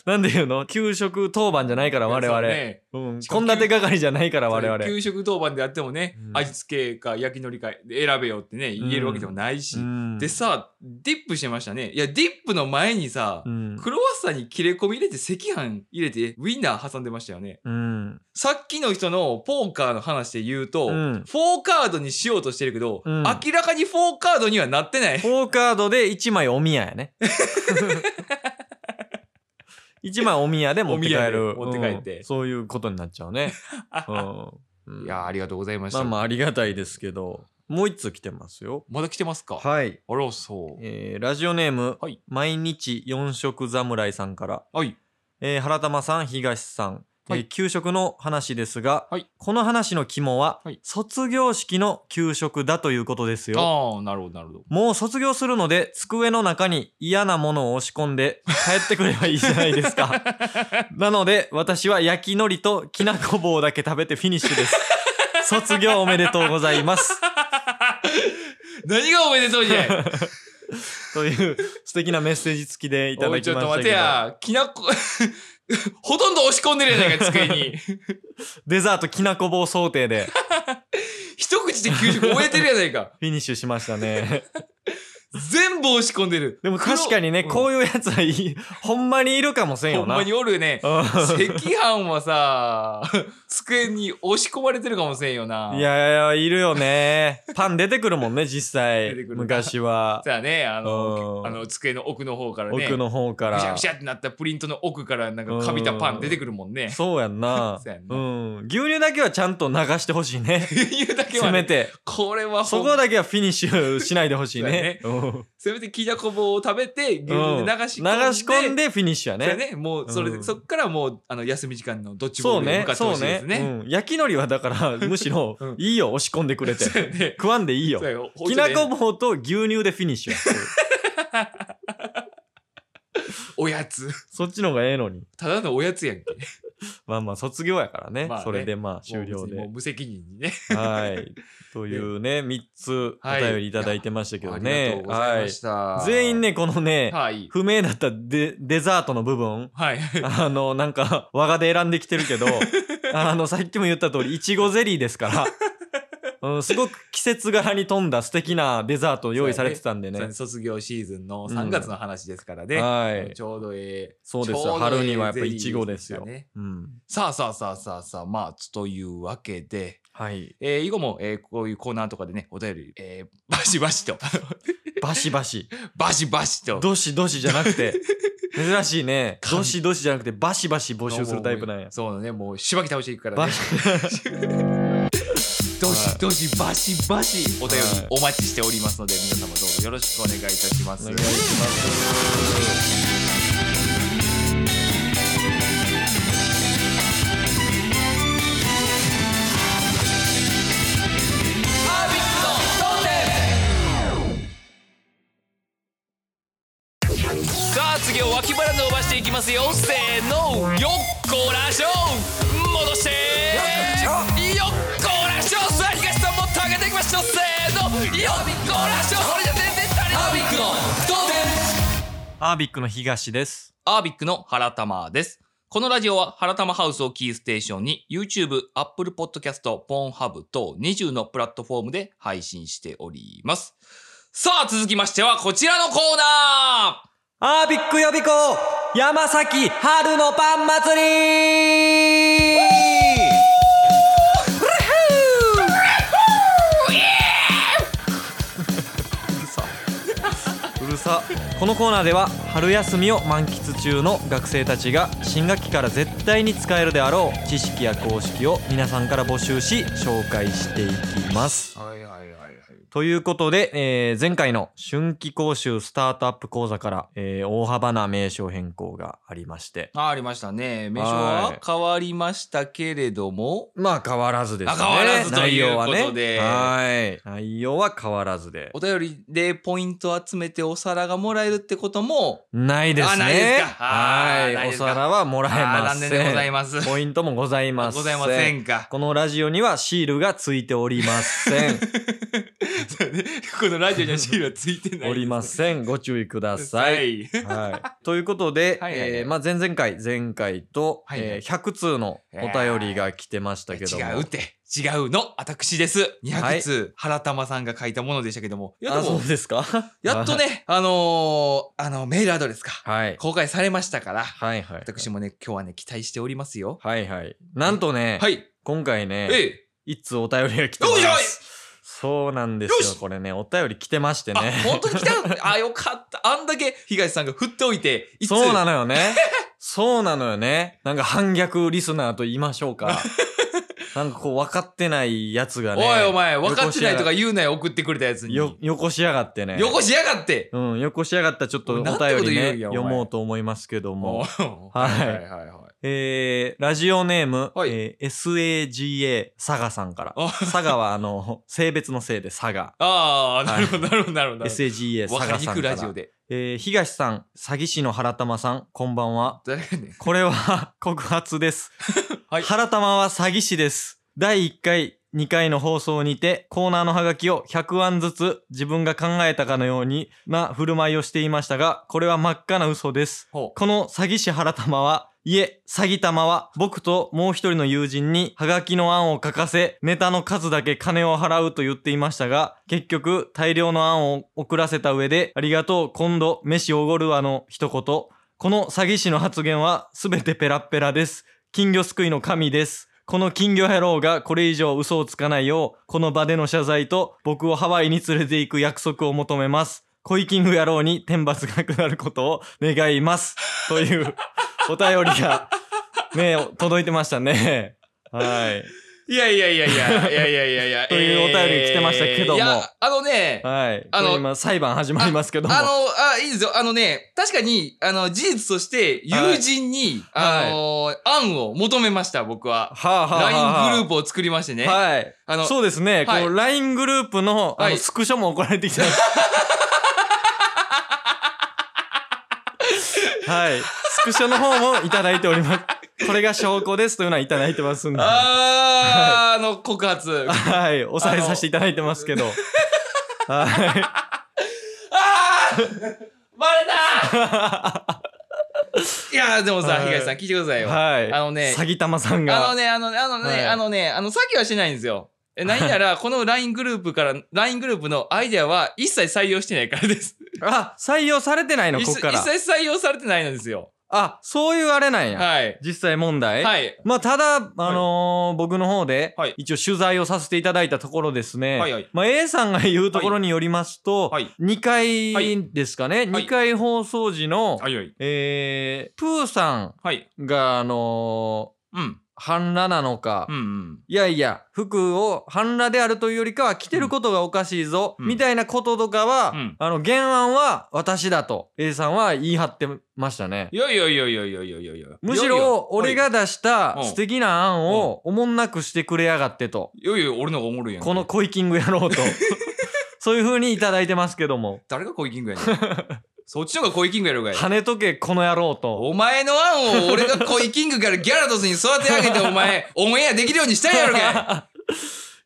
Speaker 2: なんていうの給食当番じゃないから我
Speaker 1: そう
Speaker 2: 々。
Speaker 1: ね
Speaker 2: うん。
Speaker 1: しかも
Speaker 2: 献立係じゃないから我々。
Speaker 1: 給食当番であってもね、
Speaker 2: うん
Speaker 1: 味付けか焼き海苔か選べよってね言えるわけでもないし、
Speaker 2: うん
Speaker 1: でさディップしてましたねいやディップの前にさ、
Speaker 2: うん。
Speaker 1: クロワッサンに切れ込み入れて赤飯入れてウインナー挟んでましたよね
Speaker 2: うん。
Speaker 1: さっきの人のポーカーの話で言うと、
Speaker 2: うん
Speaker 1: フォーカードにしようとしてるけど、
Speaker 2: うん
Speaker 1: 明らかにフォーカードにはなってない
Speaker 2: フォーカードで1枚お宮や ね。1枚お宮で持って帰る。
Speaker 1: お宮で持って帰って
Speaker 2: うんそういうことになっちゃ うね。うん。
Speaker 1: いやーありがとうございました、
Speaker 2: まあまあありがたいですけど、もう1通来てますよ。
Speaker 1: まだ来てますか、
Speaker 2: はい。
Speaker 1: あらそう
Speaker 2: えーラジオネーム、
Speaker 1: はい
Speaker 2: 毎日四食侍さんから、
Speaker 1: はい
Speaker 2: えー原玉さん東さん、えー
Speaker 1: はい
Speaker 2: 給食の話ですが、
Speaker 1: はい
Speaker 2: この話の肝は、
Speaker 1: はい
Speaker 2: 卒業式の給食だということですよ
Speaker 1: ああなるほどなるほど
Speaker 2: もう卒業するので机の中に嫌なものを押し込んで帰ってくればいいじゃないで すかなので私は焼き海苔ときなこ棒だけ食べてフィニッシュです卒業おめでとうございます
Speaker 1: 何がおめでとうじゃい
Speaker 2: という素敵なメッセージ付きでいた
Speaker 1: お
Speaker 2: だ
Speaker 1: い
Speaker 2: き
Speaker 1: ちょ
Speaker 2: ま
Speaker 1: っと
Speaker 2: し
Speaker 1: 待
Speaker 2: た
Speaker 1: って
Speaker 2: けど
Speaker 1: やきなこ ほとんど押し込んでるやないか机 に
Speaker 2: デザートきなこ棒想定で
Speaker 1: 一口で給食終えてるやないか
Speaker 2: フィニッシュしました ね
Speaker 1: 全部押し込んでる
Speaker 2: でも確かにね、
Speaker 1: 黒
Speaker 2: こういうやつはいいほんまにいるかもせん
Speaker 1: ほ
Speaker 2: よ
Speaker 1: ん
Speaker 2: な
Speaker 1: まにおるよね
Speaker 2: う
Speaker 1: 赤飯はさ机に押し込まれてるかもしれんよなん
Speaker 2: いやいやいるよねパン出てくるもんね実際
Speaker 1: 出てくるな
Speaker 2: 昔は、
Speaker 1: さあねあの
Speaker 2: うん
Speaker 1: あの机の奥の方からね
Speaker 2: 奥の方か
Speaker 1: ぐしゃ
Speaker 2: ら
Speaker 1: ぐしゃってなったプリントの奥からなんかかびたパン出てくるもんね
Speaker 2: そうやんな
Speaker 1: そうやんな
Speaker 2: うん牛乳だけはちゃんと流してほしいね
Speaker 1: 言うだけ
Speaker 2: せ
Speaker 1: はね
Speaker 2: めて
Speaker 1: これはほ
Speaker 2: そ
Speaker 1: ん
Speaker 2: こだけはフィニッシュしないでほしいね
Speaker 1: そうやね
Speaker 2: う
Speaker 1: せめてきなこ棒を食べて牛乳で流し
Speaker 2: 流
Speaker 1: 込んで,、
Speaker 2: し込んでフィニッシュや
Speaker 1: そうや
Speaker 2: ね
Speaker 1: ねもうそれで、
Speaker 2: うん
Speaker 1: そっからもうあの休み時間のどっち
Speaker 2: そ
Speaker 1: も
Speaker 2: う
Speaker 1: 向
Speaker 2: ね
Speaker 1: かって
Speaker 2: そ
Speaker 1: ほ
Speaker 2: う
Speaker 1: しいで
Speaker 2: ね
Speaker 1: す ね。
Speaker 2: うん焼き海苔はだから むしろ
Speaker 1: うん
Speaker 2: いいよ押し込んでくれて
Speaker 1: そうやね
Speaker 2: 食わんでいいよ
Speaker 1: そうやね
Speaker 2: きなこ棒と牛乳でフィニッシュや
Speaker 1: おやつ
Speaker 2: そっちの方がええのに
Speaker 1: ただのおやつやんけ
Speaker 2: まあまあ卒業やからね,、
Speaker 1: まあね
Speaker 2: それでまあ 終
Speaker 1: もう別
Speaker 2: 了
Speaker 1: に
Speaker 2: で
Speaker 1: もう無責任にね
Speaker 2: はいというね3つお
Speaker 1: はい
Speaker 2: 便りいただいてましたけど
Speaker 1: あり
Speaker 2: ね
Speaker 1: がとうございました、
Speaker 2: はい全員ねこのね、
Speaker 1: はい
Speaker 2: 不明だったデデザートの部分
Speaker 1: はい
Speaker 2: あのなんか我がで選んできてるけ どあのさっきも言った通りいちごゼリーです から、うん、すごく季節柄に富んだ素敵なデザートを用意されてたんでね
Speaker 1: そう卒業シーズンの
Speaker 2: うん
Speaker 1: 3月の話ですからね、
Speaker 2: はい
Speaker 1: ちょうどええ
Speaker 2: そうです
Speaker 1: ちょ
Speaker 2: よ
Speaker 1: うどええ
Speaker 2: 春にはやっぱいちごですよ
Speaker 1: ゼリーでし
Speaker 2: うん、
Speaker 1: さあさあさあさあさあまあつというわけで、
Speaker 2: はい
Speaker 1: えー以後も、えーこういうコーナーとかでねお便り、えーバシバシと
Speaker 2: バシバシ
Speaker 1: バシバシと
Speaker 2: どしどしじゃなくて珍しいね
Speaker 1: 神
Speaker 2: どしどしじゃなくてバシバシ募集するタイプなんや
Speaker 1: そうねもうしばき倒していくから
Speaker 2: バ
Speaker 1: ね
Speaker 2: シ
Speaker 1: どしどしバシバシお便
Speaker 2: は
Speaker 1: り
Speaker 2: い
Speaker 1: お待ちしておりますので皆様どうぞよろしくお願いいたしま
Speaker 2: お
Speaker 1: す
Speaker 2: 願いします
Speaker 3: さあ次を脇腹伸ばしていきますよせーのよっこらしょ戻してよっこらしょさあ東さんもっと上げていきましょうせーのよっこらしょこれじゃ全然足りないアビックの
Speaker 2: アービックの東です
Speaker 1: アービックの原玉です。このラジオは原玉ハウスをキーステーションに YouTube、Apple Podcast、PornHub 等20のプラットフォームで配信しております。さあ、続きましてはこちらのコーナ
Speaker 2: アービック予備校山崎春のパン祭りうるさこのコーナーでは春休みを満喫中の学生たちが新学期から絶対に使えるであろう知識や公式を皆さんから募集し紹介していきます
Speaker 1: ーはいはいはいはい。
Speaker 2: ということで、えー前回の春季講習スタートアップ講座から、えー大幅な名称変更がありまして
Speaker 1: あありましたね。名称
Speaker 2: は
Speaker 1: はい変わりましたけれども、
Speaker 2: まあ変わらずですね
Speaker 1: あ変わらずということ
Speaker 2: 内容
Speaker 1: で
Speaker 2: はねはい内容は変わらずで
Speaker 1: お便りでポイント集めてお皿がもらえるってことも、
Speaker 2: ないですね
Speaker 1: あないですかあー
Speaker 2: は
Speaker 1: ないい
Speaker 2: お
Speaker 1: ですか
Speaker 2: 皿はもらえ
Speaker 1: あー
Speaker 2: ま
Speaker 1: 残
Speaker 2: せ
Speaker 1: 念
Speaker 2: ん
Speaker 1: でございます。
Speaker 2: ポイントもございませ
Speaker 1: ご
Speaker 2: ん
Speaker 1: ざいません か。
Speaker 2: このラジオにはシールがついておりま せん
Speaker 1: そうねこのラジオにはシールはついてないです。
Speaker 2: おりませんご注意ください
Speaker 1: はい。
Speaker 2: はい、ということで、
Speaker 1: はいはいはい
Speaker 2: えーまあ、前々回前回と、
Speaker 1: はいはい
Speaker 2: えー100通のお便りが来てましたけども、
Speaker 1: 違うって違うの私です
Speaker 2: はい
Speaker 1: 200通、原玉さんが書いたものでしたけどもいや
Speaker 2: あ
Speaker 1: で
Speaker 2: そ
Speaker 1: も
Speaker 2: うですか
Speaker 1: やっとねあのーあのメールアドレスか
Speaker 2: はい
Speaker 1: 公開されましたから
Speaker 2: はいはい
Speaker 1: 私もね今日はね期待しておりますよ
Speaker 2: はいはいなんとね、
Speaker 1: はい
Speaker 2: 今回ね
Speaker 1: ええ
Speaker 2: 一通お便りが来てま
Speaker 1: よいしょい
Speaker 2: すそうなんですよ
Speaker 1: よし
Speaker 2: これねお便り来てまして
Speaker 1: あ
Speaker 2: ね
Speaker 1: 本当に来たのあよかったあんだけ東さんが振っておいていつ
Speaker 2: そうなのよ ねそうなのよねなんか反逆リスナーと言いましょ うかなんかこう分かってないやつがね
Speaker 1: おいお前分かってないとか言うなよ送ってくれたやつに
Speaker 2: よ
Speaker 1: よ
Speaker 2: よこしやがってね
Speaker 1: こしやがって
Speaker 2: うん、よこしやがったらちょっと
Speaker 1: な
Speaker 2: お
Speaker 1: んてこと
Speaker 2: 便り
Speaker 1: 言
Speaker 2: ね
Speaker 1: うんやお前
Speaker 2: 読もうと思いますけど
Speaker 1: も
Speaker 2: も、
Speaker 1: う
Speaker 2: はい
Speaker 1: はいはいはい
Speaker 2: えー、ラジオネーム、
Speaker 1: はい
Speaker 2: えー SAGA 佐賀さんから
Speaker 1: あ
Speaker 2: 佐賀はあの性別のせいで佐賀
Speaker 1: ああなるほどなるほどなるほど
Speaker 2: SAGA
Speaker 1: 分か
Speaker 2: 佐賀
Speaker 1: りに
Speaker 2: さ
Speaker 1: く
Speaker 2: ん
Speaker 1: い
Speaker 2: か
Speaker 1: ラジオ
Speaker 2: ら、
Speaker 1: で
Speaker 2: えー、東さん詐欺師の原玉さんこんばんは
Speaker 1: 誰やねん
Speaker 2: これは 告発です、
Speaker 1: はい
Speaker 2: 原玉は詐欺師です第1回2回の放送にてコーナーのハガキを100案ずつ自分が考えたかのようにな振る舞いをしていましたがこれは真っ赤な嘘です
Speaker 1: ほう
Speaker 2: この詐欺師原玉は、いえ、詐欺玉は、僕ともう一人の友人に、ハガキの案を書かせ、ネタの数だけ金を払うと言っていましたが、結局、大量の案を送らせた上で、ありがとう、今度、飯おごるわの一言。この詐欺師の発言は、すべてペラッペラです。金魚すくいの神です。この金魚野郎がこれ以上嘘をつかないよう、この場での謝罪と僕をハワイに連れて行く約束を求めます。恋キング野郎に天罰が下ることを願います。と いうお便りが、ね、届いてましたね。はい。
Speaker 1: いやいやいやいや、いやいやいやいや。
Speaker 2: というお便り来てましたけども
Speaker 1: いや、あのね、あ
Speaker 2: はい。
Speaker 1: あの
Speaker 2: これ今、裁判始まりますけど
Speaker 1: の、
Speaker 2: も。
Speaker 1: あ、いいですよ。あのね、確かに、あの、事実として、友人に、
Speaker 2: はい
Speaker 1: あの、案を求めました、僕は。
Speaker 2: はあ、はあはあはあ
Speaker 1: LINE グループを作りましてね。
Speaker 2: はい。
Speaker 1: あの
Speaker 2: そうですね。
Speaker 1: はい
Speaker 2: この LINE グループのあ
Speaker 1: は
Speaker 2: の
Speaker 1: い
Speaker 2: スクショも送られてきた。 はい。スクショの方もいただいております。これが証拠ですというのはいただいてますんで。は
Speaker 1: あー、あの、告 発。あ
Speaker 2: い。おさえさせていただいてますけど。はい。
Speaker 1: バ レたいや、でもさ、
Speaker 2: はい
Speaker 1: 東さん聞いてくださいよ。
Speaker 2: はい。
Speaker 1: あのね
Speaker 2: 詐欺玉さん
Speaker 1: あの
Speaker 2: が。
Speaker 1: ね、あのね、あのね、
Speaker 2: はい
Speaker 1: あのね、あの、詐欺はしないんですよ。え、何なら、この LINE グループから、LINE グループのアイデアは一切採用してないからです。
Speaker 2: あ、採用されてないの、
Speaker 1: 一
Speaker 2: こっ
Speaker 1: 切
Speaker 2: から。
Speaker 1: 一切採用されてないんですよ。
Speaker 2: あ、そういうあれなんや。
Speaker 1: はい。
Speaker 2: 実際問題。
Speaker 1: はい。
Speaker 2: まあ、ただ、あのー僕の方で
Speaker 1: はい、
Speaker 2: 一応取材をさせていただいたところですね。
Speaker 1: はいはい
Speaker 2: まあ、A さんが言うところによりますと、
Speaker 1: はいはい
Speaker 2: 2回ですかね、
Speaker 1: はい
Speaker 2: 2回放送時の、
Speaker 1: いはい。
Speaker 2: えー、プーさ
Speaker 1: はい。
Speaker 2: んが、あの
Speaker 1: うん。
Speaker 2: ー、半裸なのか、
Speaker 1: うんうん。
Speaker 2: いやいや、服を半裸であるというよりかは、着てることがおかしいぞ、
Speaker 1: うん
Speaker 2: みたいなこととかは、
Speaker 1: うん
Speaker 2: あの、原案は私だと、A さんは言い張ってましたね
Speaker 1: い。やいやいやいやいやいやいやいや。
Speaker 2: むし
Speaker 1: いやいや
Speaker 2: ろ、俺。が出した
Speaker 1: うん
Speaker 2: 素敵な案をおもんなくしてくれやがってと。
Speaker 1: いやいや、俺の方がおもろいやん。
Speaker 2: この、コイキングや ろうと。そういう風にいただいてますけども。
Speaker 1: 誰が恋キングやねん。そっちの方が恋キングやろがい。
Speaker 2: 跳ねとけ、この野郎と。
Speaker 1: お前の案を俺が恋キングからギャラドスに育て上げて、お前、オンエアできるようにしたいやろが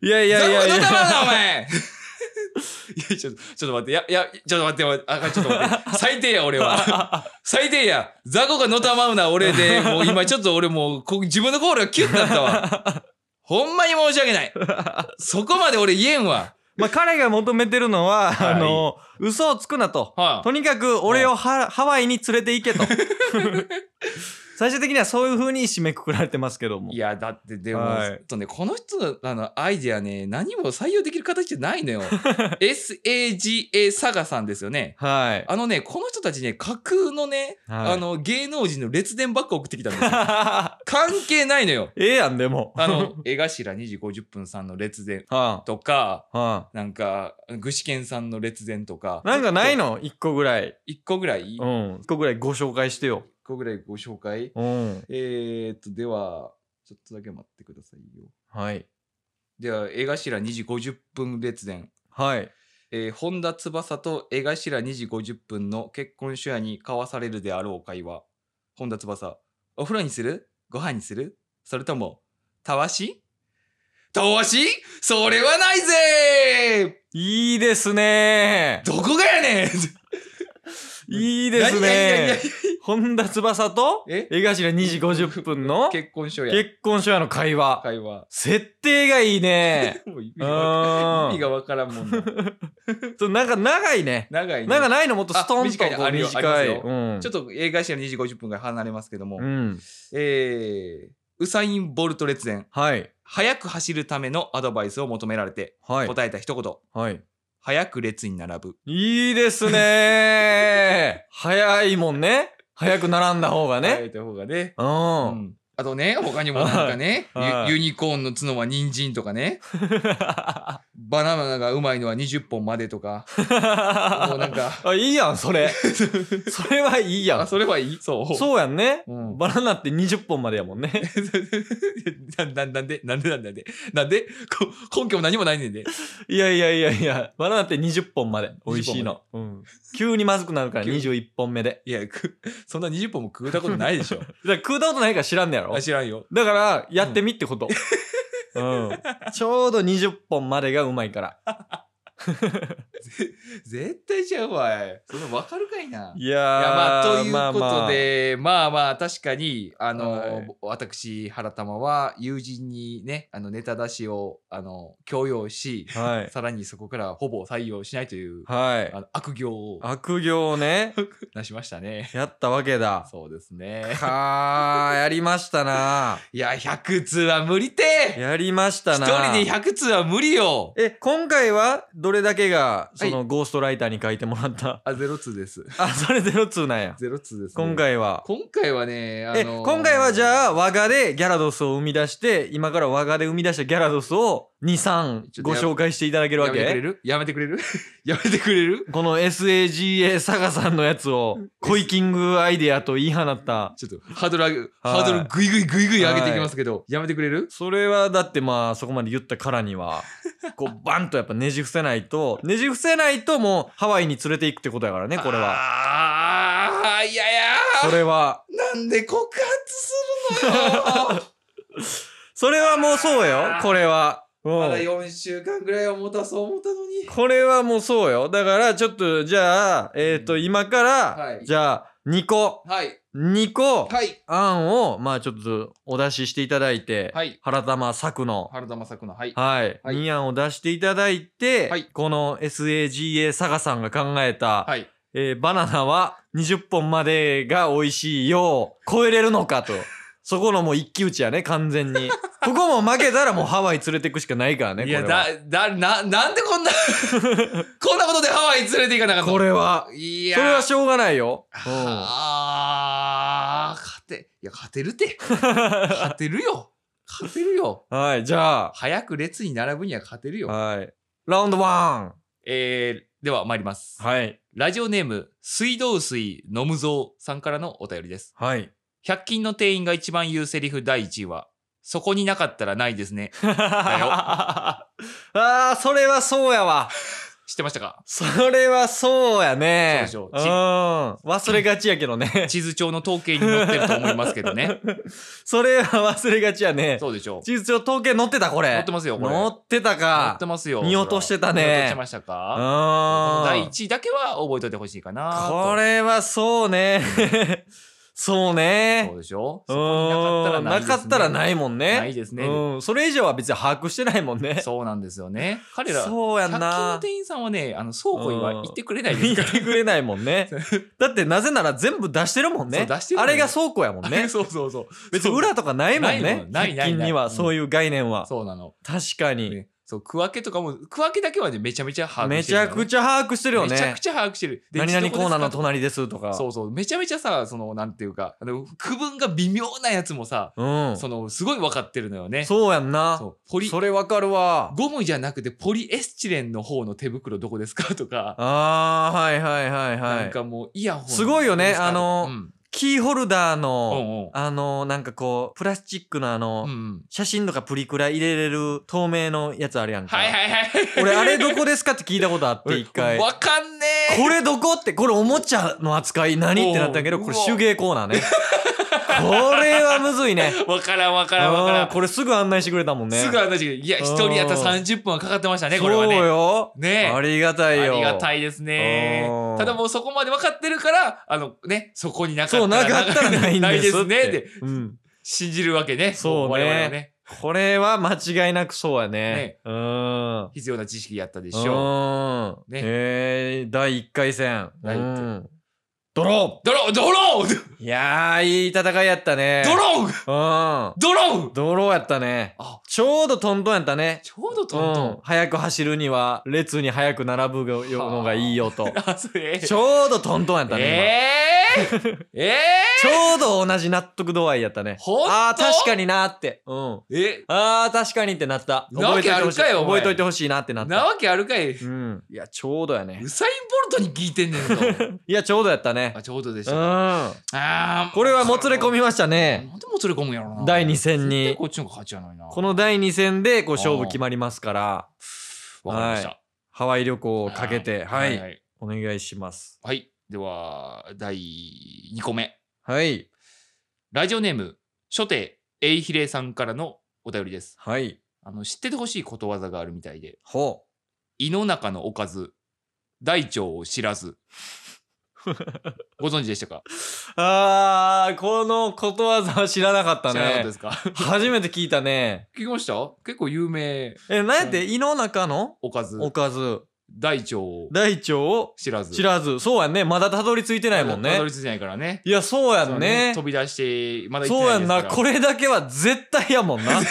Speaker 1: い。
Speaker 2: いやいやいやい
Speaker 1: どうだろう
Speaker 2: や。
Speaker 1: な、お前いや、ちょっと、ちょっと待って、いや、いや、ちょっと待って、あ、ちょっと待って。最低や、俺 は。最低や。雑魚がのたまうな、俺で。もう今ちょっと俺もう、こ自分の心がキュッだったわ。ほんまに申し訳ない。そこまで俺言えんわ。
Speaker 2: まあ、彼が求めてるのは、
Speaker 1: はい
Speaker 2: あの、嘘をつくなと。
Speaker 1: は
Speaker 2: とにかく俺をハハワイに連れて行けと。 最終的にはそういう風に締めくくられてますけども
Speaker 1: い。や、だってでも、
Speaker 2: はい
Speaker 1: ちょっとね、この人のあのアイディアね、何も採用できる形じゃない のよ。SAGA サガさんですよね。
Speaker 2: はい。
Speaker 1: あのね、この人たちね、架空のね、
Speaker 2: はい
Speaker 1: あの、芸能人の列伝ばっか送ってきたんですよ。関係ないのよ。
Speaker 2: ええやん、でも。
Speaker 1: あの、江頭2時50分さんの列伝
Speaker 2: は
Speaker 1: とか、
Speaker 2: あ、は
Speaker 1: なんか、具志堅さんの列伝とか
Speaker 2: あ。。なんかないの一個ぐらい。
Speaker 1: 一個ぐらい一
Speaker 2: うん。一個ぐらいご紹介してよ。
Speaker 1: 個ぐらいご紹介
Speaker 2: うん。
Speaker 1: えーっと、では、ちょっとだけ待ってくださいよ。
Speaker 2: はい。
Speaker 1: では、江頭2時50分列伝。
Speaker 2: はい。
Speaker 1: えー本田翼と江頭2時50分の結婚初夜に交わされるであろう会話。本田翼。お風呂にするご飯にするそれとも、たわしたわしそれはないぜ
Speaker 2: いいですね
Speaker 1: どこがやねん
Speaker 2: いいです
Speaker 1: 何々
Speaker 2: ね本田翼と
Speaker 1: え
Speaker 2: 江頭2時50分の
Speaker 1: 結婚初夜。
Speaker 2: 結婚初夜の会話。
Speaker 1: 会話。
Speaker 2: 設定がいいね
Speaker 1: もう意味
Speaker 2: う
Speaker 1: がわ
Speaker 2: ー
Speaker 1: 意味が
Speaker 2: ん。
Speaker 1: わからんもん な。
Speaker 2: そうなんか長いね。
Speaker 1: 長いね。
Speaker 2: なんかないのもっとストンと
Speaker 1: あ短い
Speaker 2: こう
Speaker 1: あるよ
Speaker 2: 短い。
Speaker 1: あります
Speaker 2: うん。
Speaker 1: ちょっと映画史の2時50分が離れますけども、
Speaker 2: うん。
Speaker 1: えー、ウサイン・ボルト列伝、
Speaker 2: はい。
Speaker 1: 早く走るためのアドバイスを求められて、
Speaker 2: はい。
Speaker 1: 答えた一言、
Speaker 2: はい。
Speaker 1: 早く列に並ぶ。
Speaker 2: いいで すね早いもんね。早く並んだ方が
Speaker 1: 答え
Speaker 2: ね。
Speaker 1: た方がね。う
Speaker 2: うん。
Speaker 1: ん。あとね、他にもなんか ね、
Speaker 2: はいはい
Speaker 1: ユユニコーンの角は人参とか ね、バナナがうまいのは20本までとか、もうなんか、
Speaker 2: あ、いいやん、それ。それはいい や
Speaker 1: あ、
Speaker 2: ん。
Speaker 1: それはいいそう。
Speaker 2: そうやんね。
Speaker 1: うん
Speaker 2: バナナって20本までやもんね。
Speaker 1: なななんでなんでなんでなんでなんでこ根拠も何もないねんで。
Speaker 2: いやいやいやいや、バナナって20本まで。美味しい
Speaker 1: 20
Speaker 2: の。うん急にまずくなるから
Speaker 1: 急に
Speaker 2: 21本目で。
Speaker 1: いや、くそんな20本も食うたことない でしょ。
Speaker 2: だから食うたことないから知らんねやろ
Speaker 1: あ。知らんよ。
Speaker 2: だから、やってみってこと。うん。ちょうど20本までがうまいから。
Speaker 1: 絶対ちゃうわい。そんなわかるかいな。い
Speaker 2: いやー
Speaker 1: や、まあ、ということ。
Speaker 2: まあまあ
Speaker 1: で、まあまあ、確かに、あの、
Speaker 2: はい
Speaker 1: 私、原玉は、友人にね、あの、ネタ出しを、あの、強要し、
Speaker 2: はい。
Speaker 1: さらにそこからほぼ採用しないという、
Speaker 2: はい
Speaker 1: あ。の悪行を
Speaker 2: 悪行をね、
Speaker 1: なしましたね。
Speaker 2: やったわけだ。
Speaker 1: そうですね。
Speaker 2: かー、やりましたな。
Speaker 1: いや、100通は無理て
Speaker 2: やりました
Speaker 1: 一
Speaker 2: な。
Speaker 1: 人で100通は無理よ
Speaker 2: え、今回はどそれだけがそ
Speaker 1: い
Speaker 2: のゴーストライターに書いてもらった、
Speaker 1: あ、ゼロツーです。
Speaker 2: あそれゼロツーなんや
Speaker 1: ゼロツーです、ね。
Speaker 2: 今。回は、
Speaker 1: 今回はね、あの
Speaker 2: え今回はじ
Speaker 1: あ、
Speaker 2: ゃあ我がでギャラドスを生み出して今から我がで生み出したギャラドスを23
Speaker 1: ちょっと
Speaker 2: ご
Speaker 1: や
Speaker 2: 紹介していただけるわ
Speaker 1: やめてくれ
Speaker 2: け
Speaker 1: るやめてくれる やめてくれる
Speaker 2: この SAGA サガさんのやつをコイキングアイデアと言い放った
Speaker 1: ちょっとハードル上げ、
Speaker 2: はい
Speaker 1: ハードルぐいぐいぐいぐい上げていきますけど、やめてくれる
Speaker 2: それはだってまあそこまで言ったからには こうバンとやっぱねじ伏せないとねじ伏せないともうハワイに連れていくってことやからねこれは
Speaker 1: ああ、いやいや
Speaker 2: それは
Speaker 1: なんで告発するの よ
Speaker 2: それはもうそうよこれはうん
Speaker 1: まだ4週間ぐらいは持たそう思ったのに。
Speaker 2: これはもうそうよだからちょっとじゃあえっ、と今から、
Speaker 1: はい
Speaker 2: じゃあ2個
Speaker 1: はい。
Speaker 2: 2個
Speaker 1: はい。
Speaker 2: 案をまあちょっとお出ししていただいて、
Speaker 1: はい。
Speaker 2: 原玉作の
Speaker 1: 原田正子の、はい。
Speaker 2: はい、
Speaker 1: はい
Speaker 2: 2案を出していただいて、
Speaker 1: はい
Speaker 2: この SAGA サガさんが考えた、
Speaker 1: はい。
Speaker 2: えーバナナは20本までが美味しいよう超えれる のかと。そこのもう一騎打ちやね、完全に。ここも負けたらもうハワイ連れてくしかないからね、こ
Speaker 1: い
Speaker 2: れ
Speaker 1: や、
Speaker 2: は。
Speaker 1: だ、だ、な、なんでこん な、こんなことでハワイ連れて行かなかったの
Speaker 2: これは。
Speaker 1: いや
Speaker 2: それはしょうがないよ。うん
Speaker 1: ああ、勝て、いや、勝てるて。勝てるよ。勝てるよ。
Speaker 2: はい、じゃ
Speaker 1: 早く列に並ぶには勝てるよ。
Speaker 2: あ、はい。ラウンドワ
Speaker 1: えー、では参ります
Speaker 2: ン。はい。
Speaker 1: ラジオネーム、水道水飲むぞうさんからのお便りです。
Speaker 2: はい。
Speaker 1: 100均の店員が一番言うセリフ第1位は、そこになかったらないですね。
Speaker 2: ああ、それはそうやわ。
Speaker 1: 知ってましたか
Speaker 2: それはそうやね。
Speaker 1: そう
Speaker 2: う
Speaker 1: で
Speaker 2: ん。
Speaker 1: しょ
Speaker 2: 忘れがちやけどね。
Speaker 1: 地図帳の統計に載ってると思いますけどね。
Speaker 2: それは忘れがちやね。
Speaker 1: そうでしょう。
Speaker 2: 地図上統計載ってたこれ。
Speaker 1: 載ってますよこれ
Speaker 2: 載ってた
Speaker 1: 載
Speaker 2: か
Speaker 1: っ。てますよ。
Speaker 2: 見落としてたね
Speaker 1: 見落としてました
Speaker 2: う
Speaker 1: かこの
Speaker 2: ー
Speaker 1: 第
Speaker 2: ん。
Speaker 1: 1位だけは覚えておいてほしいかなと。
Speaker 2: これはそうね。そう
Speaker 1: そ
Speaker 2: ね
Speaker 1: う。でしょ
Speaker 2: う
Speaker 1: そこ
Speaker 2: ー
Speaker 1: に
Speaker 2: ん。
Speaker 1: な
Speaker 2: な
Speaker 1: か
Speaker 2: か
Speaker 1: っ
Speaker 2: ったた
Speaker 1: ら
Speaker 2: ら
Speaker 1: な
Speaker 2: ないいもん
Speaker 1: ですね。
Speaker 2: ね。
Speaker 1: ないですね。
Speaker 2: うん。それ以上は別に把握してないもんね。
Speaker 1: そうなんですよね。彼ら、
Speaker 2: そうやん
Speaker 1: 100均の
Speaker 2: な。
Speaker 1: 店員さんはね、あの倉庫には行ってくれないです
Speaker 2: 見
Speaker 1: か
Speaker 2: てくれないもん ね。だってなぜなら全部出してるもんね。
Speaker 1: そう出してるも
Speaker 2: あ
Speaker 1: んね
Speaker 2: れが倉庫やもん
Speaker 1: ら。
Speaker 2: ね
Speaker 1: そうそうそう。
Speaker 2: 別に裏とかないもん
Speaker 1: ないも
Speaker 2: ね
Speaker 1: ん。ない
Speaker 2: 100
Speaker 1: ない
Speaker 2: 均に
Speaker 1: な
Speaker 2: はいそういう概念は。
Speaker 1: そうなの。
Speaker 2: 確かに。
Speaker 1: ねそう、区分けとかも、区分けだけはね、めちゃめちゃ把握
Speaker 2: め
Speaker 1: して
Speaker 2: ち
Speaker 1: るの
Speaker 2: ゃ
Speaker 1: よね、
Speaker 2: くちゃ把握してるよ
Speaker 1: めちゃ
Speaker 2: ね
Speaker 1: く。ちゃ把握してる。で
Speaker 2: 何々コーナーの
Speaker 1: どこ
Speaker 2: 隣ですと
Speaker 1: で使
Speaker 2: か。
Speaker 1: うそうそう。めちゃめちゃさ、その、なんていうか、あの区分が微妙なやつもさ、
Speaker 2: うん。
Speaker 1: その、すごい分かってるのよね。
Speaker 2: そうやんな。
Speaker 1: そうポリ
Speaker 2: それわかるわ。
Speaker 1: ゴムじゃなくてポリエスチレンの方の手袋どこですかとか、
Speaker 2: あー、はいはいはい
Speaker 1: なん
Speaker 2: はい。
Speaker 1: かもうイヤホン
Speaker 2: すごいよね
Speaker 1: ですか
Speaker 2: あの
Speaker 1: うん
Speaker 2: キーホルダーの、
Speaker 1: うんうん
Speaker 2: あの、なんかこう、プラスチックのあの、
Speaker 1: うんうん
Speaker 2: 写真とかプリクラ入れれる透明のやつあるやんか。
Speaker 1: はいはいはい。
Speaker 2: 俺、あれどこですかって聞いたことあ って、 一回。
Speaker 1: わかんねえ。
Speaker 2: これどこって、これおもちゃの扱い何ってなったんやけど、
Speaker 1: おう
Speaker 2: これ手芸コーナーね。これはむずいね。
Speaker 1: わからんわからんわから
Speaker 2: あ
Speaker 1: ん。
Speaker 2: ーこれすぐ案内してくれたもんね。
Speaker 1: すぐ話いや、
Speaker 2: うん
Speaker 1: 一人やったら30分はかかってましたね、これは
Speaker 2: そう
Speaker 1: ね。
Speaker 2: よ。
Speaker 1: ねえ
Speaker 2: ありがたいよ。
Speaker 1: ありがたいですね
Speaker 2: う。ん
Speaker 1: ただもうそこまで分かってるから、あのね、そこになかった
Speaker 2: そう、なかったらないん
Speaker 1: ない
Speaker 2: で
Speaker 1: ですす
Speaker 2: って。
Speaker 1: ね。で、
Speaker 2: うん。
Speaker 1: 信じるわけね。
Speaker 2: そうね
Speaker 1: 我々はね。
Speaker 2: これは間違いなくそうやね。うーん。
Speaker 1: 必要な知識やったでし
Speaker 2: う
Speaker 1: ょう。
Speaker 2: ーん。
Speaker 1: ね
Speaker 2: えー第1回戦。
Speaker 1: 第一回
Speaker 2: うんドロ
Speaker 1: ドロードロー
Speaker 2: ーいやー、いい戦いやったね。
Speaker 1: ドロー
Speaker 2: うん。
Speaker 1: ドロー
Speaker 2: ドローやったね。
Speaker 1: あ、
Speaker 2: ちょうどトントンやったね。
Speaker 1: ちょうどトント
Speaker 2: うん
Speaker 1: ン。
Speaker 2: 早く走るには、列に早く並ぶのがいいよと。
Speaker 1: あ、それ。
Speaker 2: ちょうどトントンやったね。
Speaker 1: え ーえ
Speaker 2: 今ちょうど同じ納得度合いやったね。
Speaker 1: ほんと
Speaker 2: ああ、確かになーって。うん。
Speaker 1: ーえ
Speaker 2: あー、確かにってなった。
Speaker 1: なわ
Speaker 2: 覚え
Speaker 1: け
Speaker 2: といてほしい。
Speaker 1: あるかよお前
Speaker 2: 覚えといてほしいなってなっ
Speaker 1: な
Speaker 2: た。
Speaker 1: わけあるかい。
Speaker 2: うん。いや、ちょうどやね
Speaker 1: ウ。サイン・ボルトに聞いてんねんと。
Speaker 2: いや、ちょうどやったね。
Speaker 1: あ、ちょうどでし
Speaker 2: う
Speaker 1: た
Speaker 2: ん。
Speaker 1: か。あー
Speaker 2: これはもつれ込みましたね。
Speaker 1: なんでもつれ込むんやろな。
Speaker 2: 第2戦
Speaker 1: 絶対
Speaker 2: に
Speaker 1: こ。っちの方が勝ちやないな。
Speaker 2: この第2戦で、こう、勝負決まりますから、
Speaker 1: わかりました。
Speaker 2: ハワイ旅行をかけて、は。
Speaker 1: はいい。
Speaker 2: お願いします。
Speaker 1: はいでは、第2個目。
Speaker 2: はい。
Speaker 1: ラジオネーム、初手、エイヒレさんからのお便りです。
Speaker 2: はい。
Speaker 1: あの、知っててほしいことわざがあるみたいで、
Speaker 2: ほ
Speaker 1: 胃の中のおかず、大腸を知ら ず。ご存知でしたか
Speaker 2: う。あー、このことわざは知らなかった
Speaker 1: 知らなかった
Speaker 2: ね
Speaker 1: で。すか
Speaker 2: 初めて聞いたね。
Speaker 1: 聞きました結構有名
Speaker 2: え、なんやって胃の中の
Speaker 1: おかず。
Speaker 2: おかず。
Speaker 1: 大腸を
Speaker 2: 大腸を
Speaker 1: 知らず。
Speaker 2: 知らず。そうやんね。まだたどり着いてないもん
Speaker 1: た
Speaker 2: ね
Speaker 1: ど。り着いてないからね。
Speaker 2: いや、そうや
Speaker 1: そうん
Speaker 2: ね。
Speaker 1: 飛び出して、まだ行っ
Speaker 2: そう
Speaker 1: てな
Speaker 2: や
Speaker 1: いで
Speaker 2: ん
Speaker 1: すか ら。
Speaker 2: な。これだけは絶対やもん な。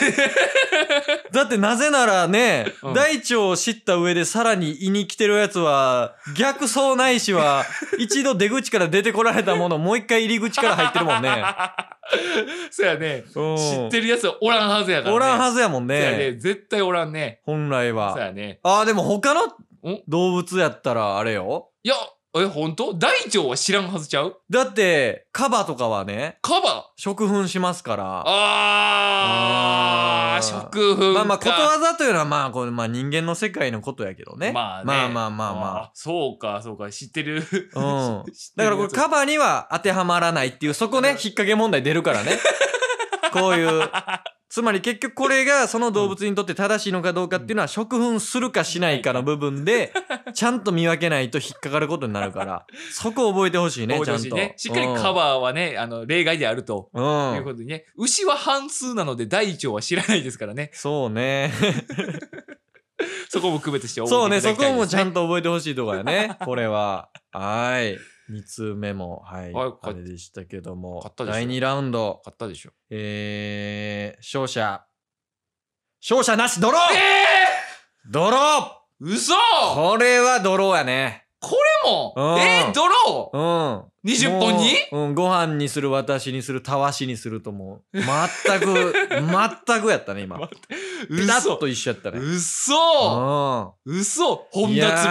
Speaker 2: だってなぜならね、
Speaker 1: うん
Speaker 2: 大腸を知った上でさらに胃に来てるやつは、逆走ないし は、一度出口から出てこられたもの、もう一回入り口から入ってるもんね。
Speaker 1: そうやね。知
Speaker 2: 知
Speaker 1: ってるやつはおらんはずやからね。
Speaker 2: おらん
Speaker 1: ず
Speaker 2: はずやもん
Speaker 1: やね。
Speaker 2: ね。
Speaker 1: 絶対おらんね。
Speaker 2: 本来
Speaker 1: そう
Speaker 2: は。
Speaker 1: やね。
Speaker 2: ああ、でも他の
Speaker 1: ん
Speaker 2: 動物やったらあれよ。
Speaker 1: いや、え、本当大腸は知らんはずちゃう
Speaker 2: だって、カバとかはね、
Speaker 1: カバ
Speaker 2: 食粉しますから。
Speaker 1: あー、
Speaker 2: あー
Speaker 1: 食粉か。
Speaker 2: まあまあ、ことわざというのは、まあ、これ、まあ人間の世界のことやけどね。
Speaker 1: まあね
Speaker 2: まあまあまあまあ。
Speaker 1: あそうか、そうか、知ってる。
Speaker 2: うん。
Speaker 1: 知って
Speaker 2: だ
Speaker 1: る
Speaker 2: か
Speaker 1: や
Speaker 2: ら
Speaker 1: つ
Speaker 2: これカバには当てはまらないっていう、そ こね、引っ掛け問題出るから ね。こういう。つまり結局これがその動物にとって正しいのかどうかっていうのは食粉するかしないかの部分 で、ちゃんと見分けないと引っかかることになるから、そこ覚えてほしいね、
Speaker 1: 覚
Speaker 2: ち
Speaker 1: えて
Speaker 2: ゃん
Speaker 1: ほしい
Speaker 2: と。
Speaker 1: ね。しっかりカバーはね、あの、例外であると。
Speaker 2: うん。う
Speaker 1: いうこ
Speaker 2: ん。
Speaker 1: とでね、牛は半数なので大腸は知らないですからね、
Speaker 2: そうね。
Speaker 1: そこも区別して覚
Speaker 2: そう
Speaker 1: えて
Speaker 2: ね、
Speaker 1: いただ
Speaker 2: そ
Speaker 1: きた
Speaker 2: こ
Speaker 1: いで
Speaker 2: も
Speaker 1: す
Speaker 2: ちゃんと覚えてほしいとこ やね、これは。はい。2通目も、はい、
Speaker 1: はいか
Speaker 2: あれでしたけども
Speaker 1: 勝っ、たでしょ
Speaker 2: 第2ラウンド。
Speaker 1: 買ったでしょ。
Speaker 2: えー、勝者。勝者なし、ドロー、
Speaker 1: え
Speaker 2: ドロー
Speaker 1: ー、嘘
Speaker 2: これはドローやね。
Speaker 1: でも
Speaker 2: うん
Speaker 1: えー、ドロ
Speaker 2: うん。
Speaker 1: ー !20 本に
Speaker 2: もううん、ご飯にする、私にする、たわしにするともう、全 く、全くやったね、今。ピタッ
Speaker 1: 嘘
Speaker 2: と一緒やったね。
Speaker 1: 嘘
Speaker 2: う
Speaker 1: 嘘
Speaker 2: ん。
Speaker 1: 本
Speaker 2: い
Speaker 1: 田
Speaker 2: や
Speaker 1: 翼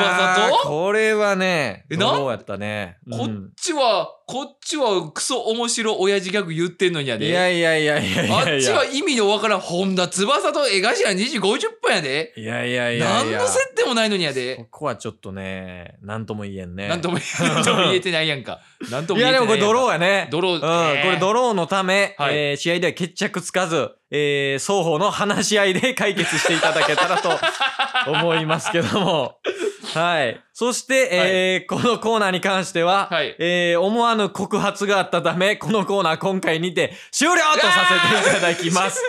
Speaker 2: ー
Speaker 1: と
Speaker 2: これはね、
Speaker 1: え
Speaker 2: ド
Speaker 1: なん
Speaker 2: ローやったね。
Speaker 1: こ
Speaker 2: うん
Speaker 1: っちは、こっちはクソ面白親父ギャグ言ってんのにやで。
Speaker 2: いやいやいやいやい
Speaker 1: あ
Speaker 2: や
Speaker 1: っ
Speaker 2: い
Speaker 1: ち
Speaker 2: や
Speaker 1: は。意味のわからん本田翼と江頭2時50分やで。
Speaker 2: いやいやいや
Speaker 1: 何
Speaker 2: いや。
Speaker 1: の接点もないのにや
Speaker 2: こ
Speaker 1: で。
Speaker 2: こはちょっとね、なんとも言えんね。
Speaker 1: なんともなんとも言えてないやんか。なんとも
Speaker 2: い
Speaker 1: 言えてないやん
Speaker 2: やでも
Speaker 1: か。
Speaker 2: これドローやね。
Speaker 1: ドロー
Speaker 2: うん、
Speaker 1: えー
Speaker 2: これドローのため、
Speaker 1: はい
Speaker 2: えー試合では決着つかず、えー双方の話し合いで解決していただけたらと 思いますけども。はい。そして、えーこのコーナーに関しては、
Speaker 1: はい
Speaker 2: えー思わぬ告発があったため、このコーナー今回にて終了とさせていただき ます。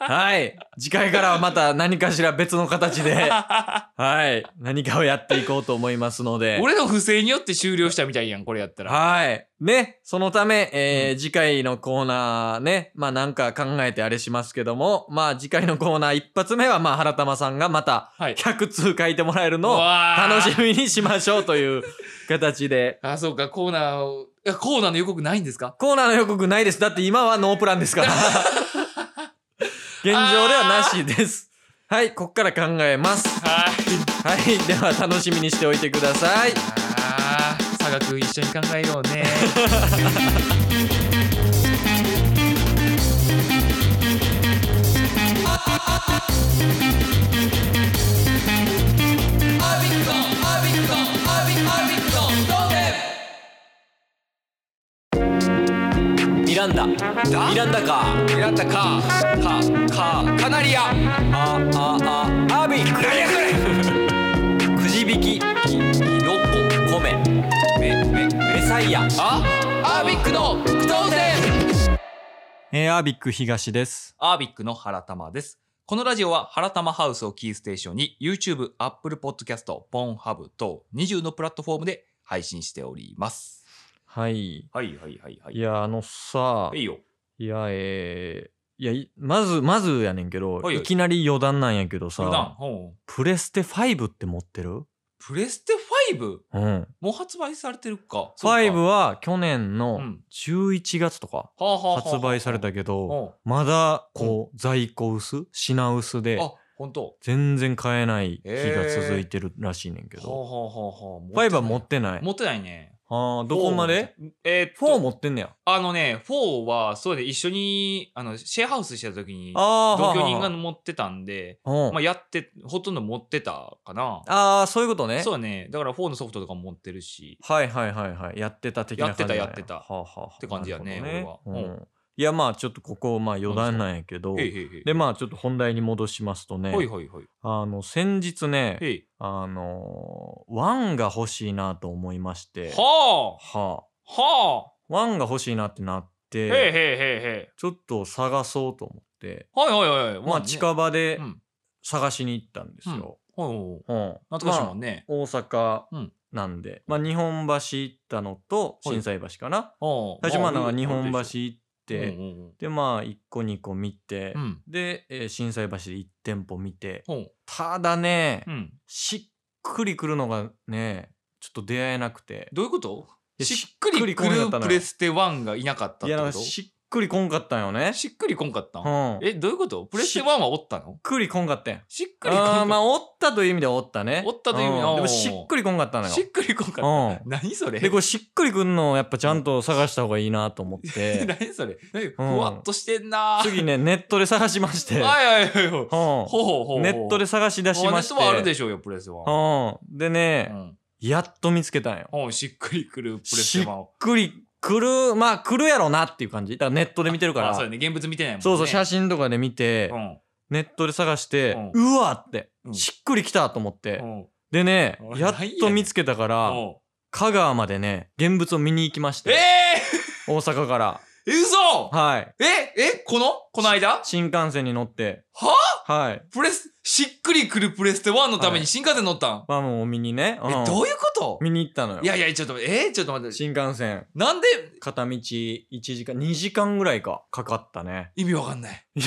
Speaker 2: はい。次回からはまた何かしら別の形 で、はい。何かをやっていこうと思いますので。
Speaker 1: 俺の不正によって終了したみたいやん、これやったら。
Speaker 2: はい。ね、そのため、えー次回のコーナーね、まあなんか考えてあれしますけども、まあ次回のコーナー一発目は、まあ原玉さんがまた
Speaker 1: はい
Speaker 2: 100通書いてもらえるのを
Speaker 1: わー
Speaker 2: 楽しみにしましょうという形で。
Speaker 1: あ、そうか、コーナーを、いや、コーナーの予告ないんですか
Speaker 2: コーナーの予告ないです。だって今はノープランですから。 現状ではなしです。はい、こっから考えます。
Speaker 1: はい。
Speaker 2: はい、では楽しみにしておいてください。
Speaker 1: あー、佐賀君一緒に考えようね。
Speaker 3: ミランダミランダかミランダかかかカナリアあああアービン何やそれくじ引きききのこ米めめメサイアあアービックのクトーデン
Speaker 2: えー、アービック東です。
Speaker 1: アービックの原玉です。このラジオは原玉ハウスをキーステーションに YouTube、Apple Podcast、Pornhub 等20のプラットフォームで配信しております。
Speaker 2: はい。
Speaker 1: はいはいはいはい
Speaker 2: いや、あのさ、
Speaker 1: いいよ。
Speaker 2: いや、えー、いや、いまず、まずやねんけど、
Speaker 1: はい
Speaker 2: い
Speaker 1: はい
Speaker 2: きなり余談なんやけど
Speaker 1: 普段
Speaker 2: さ、、
Speaker 1: ほう
Speaker 2: プレステ5って持ってる
Speaker 1: プレステ 5?
Speaker 2: うん。
Speaker 1: もう発売されてるか。
Speaker 2: 5
Speaker 1: は
Speaker 2: は去年
Speaker 1: う
Speaker 2: の
Speaker 1: ん
Speaker 2: 11月とか
Speaker 1: あはあはあ
Speaker 2: 発売されたけど、
Speaker 1: ほ
Speaker 2: まだこう、在庫薄品薄
Speaker 1: う
Speaker 2: で、
Speaker 1: あ、本当。
Speaker 2: 全然買えない日が続いてるらしいねんけ
Speaker 1: はあは
Speaker 2: ど、
Speaker 1: あはあ。
Speaker 2: 5は持ってない。
Speaker 1: 持ってないね。
Speaker 2: ああ、どこまで
Speaker 1: えーっと
Speaker 2: ?4 持ってんねや。
Speaker 1: あのね、4は、そうで、一緒に、あの、シェアハウスしてた時に、
Speaker 2: ああ、
Speaker 1: 同居人が
Speaker 2: は
Speaker 1: 持ってたんで、
Speaker 2: あはあうん
Speaker 1: まあ、やって、ほとんど持ってたかな。
Speaker 2: あー、そういうことね。
Speaker 1: そうだね。だから4のソフトとかも持ってるし。
Speaker 2: はいはいはいはい。やってた的な感じなん
Speaker 1: やってたやって
Speaker 2: はあはあはあ
Speaker 1: って感じやね
Speaker 2: なるほど
Speaker 1: 俺は
Speaker 2: うんいやまあちょっとここまあ余談なんやけど
Speaker 1: へい、へいへい。
Speaker 2: でまあちょっと本題に戻しますとね、
Speaker 1: ほいほいほい。
Speaker 2: あの先日
Speaker 1: へ
Speaker 2: ね、
Speaker 1: い。
Speaker 2: あのーワンが欲しいなと思いまして、
Speaker 1: は
Speaker 2: はあ
Speaker 1: あはあ
Speaker 2: ワンが欲しいなってなっ
Speaker 1: へいへいへ
Speaker 2: て、
Speaker 1: いへい。
Speaker 2: ちょっと探そうと思って、
Speaker 1: はいはいはい。
Speaker 2: まあ
Speaker 1: ね
Speaker 2: 近場で
Speaker 1: うん
Speaker 2: 探しに行ったんですよ。
Speaker 1: ほう。
Speaker 2: うん、
Speaker 1: 懐かしいもんね。
Speaker 2: まあ大阪
Speaker 1: うん
Speaker 2: なんで、まあ、日本橋行ったのと
Speaker 1: はい
Speaker 2: 震災橋かな、
Speaker 1: ほう
Speaker 2: 最初まあなんか日本橋
Speaker 1: っ
Speaker 2: 行って、
Speaker 1: うんうん
Speaker 2: でまあ1個2個見て、
Speaker 1: うん。うん。
Speaker 2: で、えー震災橋で1店舗見て
Speaker 1: ほう。
Speaker 2: ただね、
Speaker 1: うん。
Speaker 2: しっくりくるのがねちょっと出会えなくて
Speaker 1: どういうこと
Speaker 2: いや
Speaker 1: しっくりく
Speaker 2: しっくりこんや
Speaker 1: る
Speaker 2: ったのよ
Speaker 1: プレステ1がいなかったっ
Speaker 2: い
Speaker 1: て
Speaker 2: やなん
Speaker 1: こ
Speaker 2: か
Speaker 1: とし
Speaker 2: しっくりこんかったんよねしっ
Speaker 1: っくりこんかったん
Speaker 2: うん
Speaker 1: え、どういうことプレステ1はおったの
Speaker 2: くりこんかったん
Speaker 1: しっくりこん
Speaker 2: あー
Speaker 1: か
Speaker 2: まあおったという意味ではおったね
Speaker 1: おったという意味で
Speaker 2: で,、
Speaker 1: は
Speaker 2: ん、で
Speaker 1: おー
Speaker 2: もしっくりこんかった
Speaker 1: っ
Speaker 2: の
Speaker 1: た
Speaker 2: よ
Speaker 1: しっくりこんかった。
Speaker 2: う
Speaker 1: 何それ
Speaker 2: ん、でこれしっくりくんのをやっぱちゃんと探した方がいいなと思っ て
Speaker 1: 何それ何ふわっとしてんなー
Speaker 2: 次ねネットで探しまし て、
Speaker 1: はいはいはいはい。
Speaker 2: うん
Speaker 1: ほうほうほう。
Speaker 2: ネットで探し出しまして
Speaker 1: あネットもあるでしょうよ、プレスは。
Speaker 2: うん、でね、やっと見つけたんよ
Speaker 1: うんうん。しっくりくるプレ
Speaker 2: し
Speaker 1: ス
Speaker 2: っ
Speaker 1: 版を。
Speaker 2: くりくるまあくるやろなっていう感じだからネットで見てるから
Speaker 1: あ、そ
Speaker 2: そう
Speaker 1: うだね。現物見てないもんね。
Speaker 2: そう写
Speaker 1: 真。
Speaker 2: 真とかで見て、ネットで探して、
Speaker 1: う
Speaker 2: うわって、
Speaker 1: うん
Speaker 2: しっくりきたと思って、
Speaker 1: うん。うん。
Speaker 2: でね
Speaker 1: おい
Speaker 2: やっと見つけたから
Speaker 1: うん
Speaker 2: 香川までね現物を見に行きまし
Speaker 1: え
Speaker 2: て大阪から
Speaker 1: えー嘘
Speaker 2: はい
Speaker 1: ええこのこの間
Speaker 2: 新幹線に乗って
Speaker 1: は
Speaker 2: はい
Speaker 1: プレス、しっくりくるプレステ1のために新幹線乗ったん
Speaker 2: バムを見にね、うん
Speaker 1: え、どういうこと
Speaker 2: 見に行ったのよ
Speaker 1: いやいや、ちょっと待って、えーちょっと待って。
Speaker 2: 新幹線
Speaker 1: なんで
Speaker 2: 片道1時間2時間ぐらいかかかっ たね
Speaker 1: 意味わかんない。
Speaker 2: い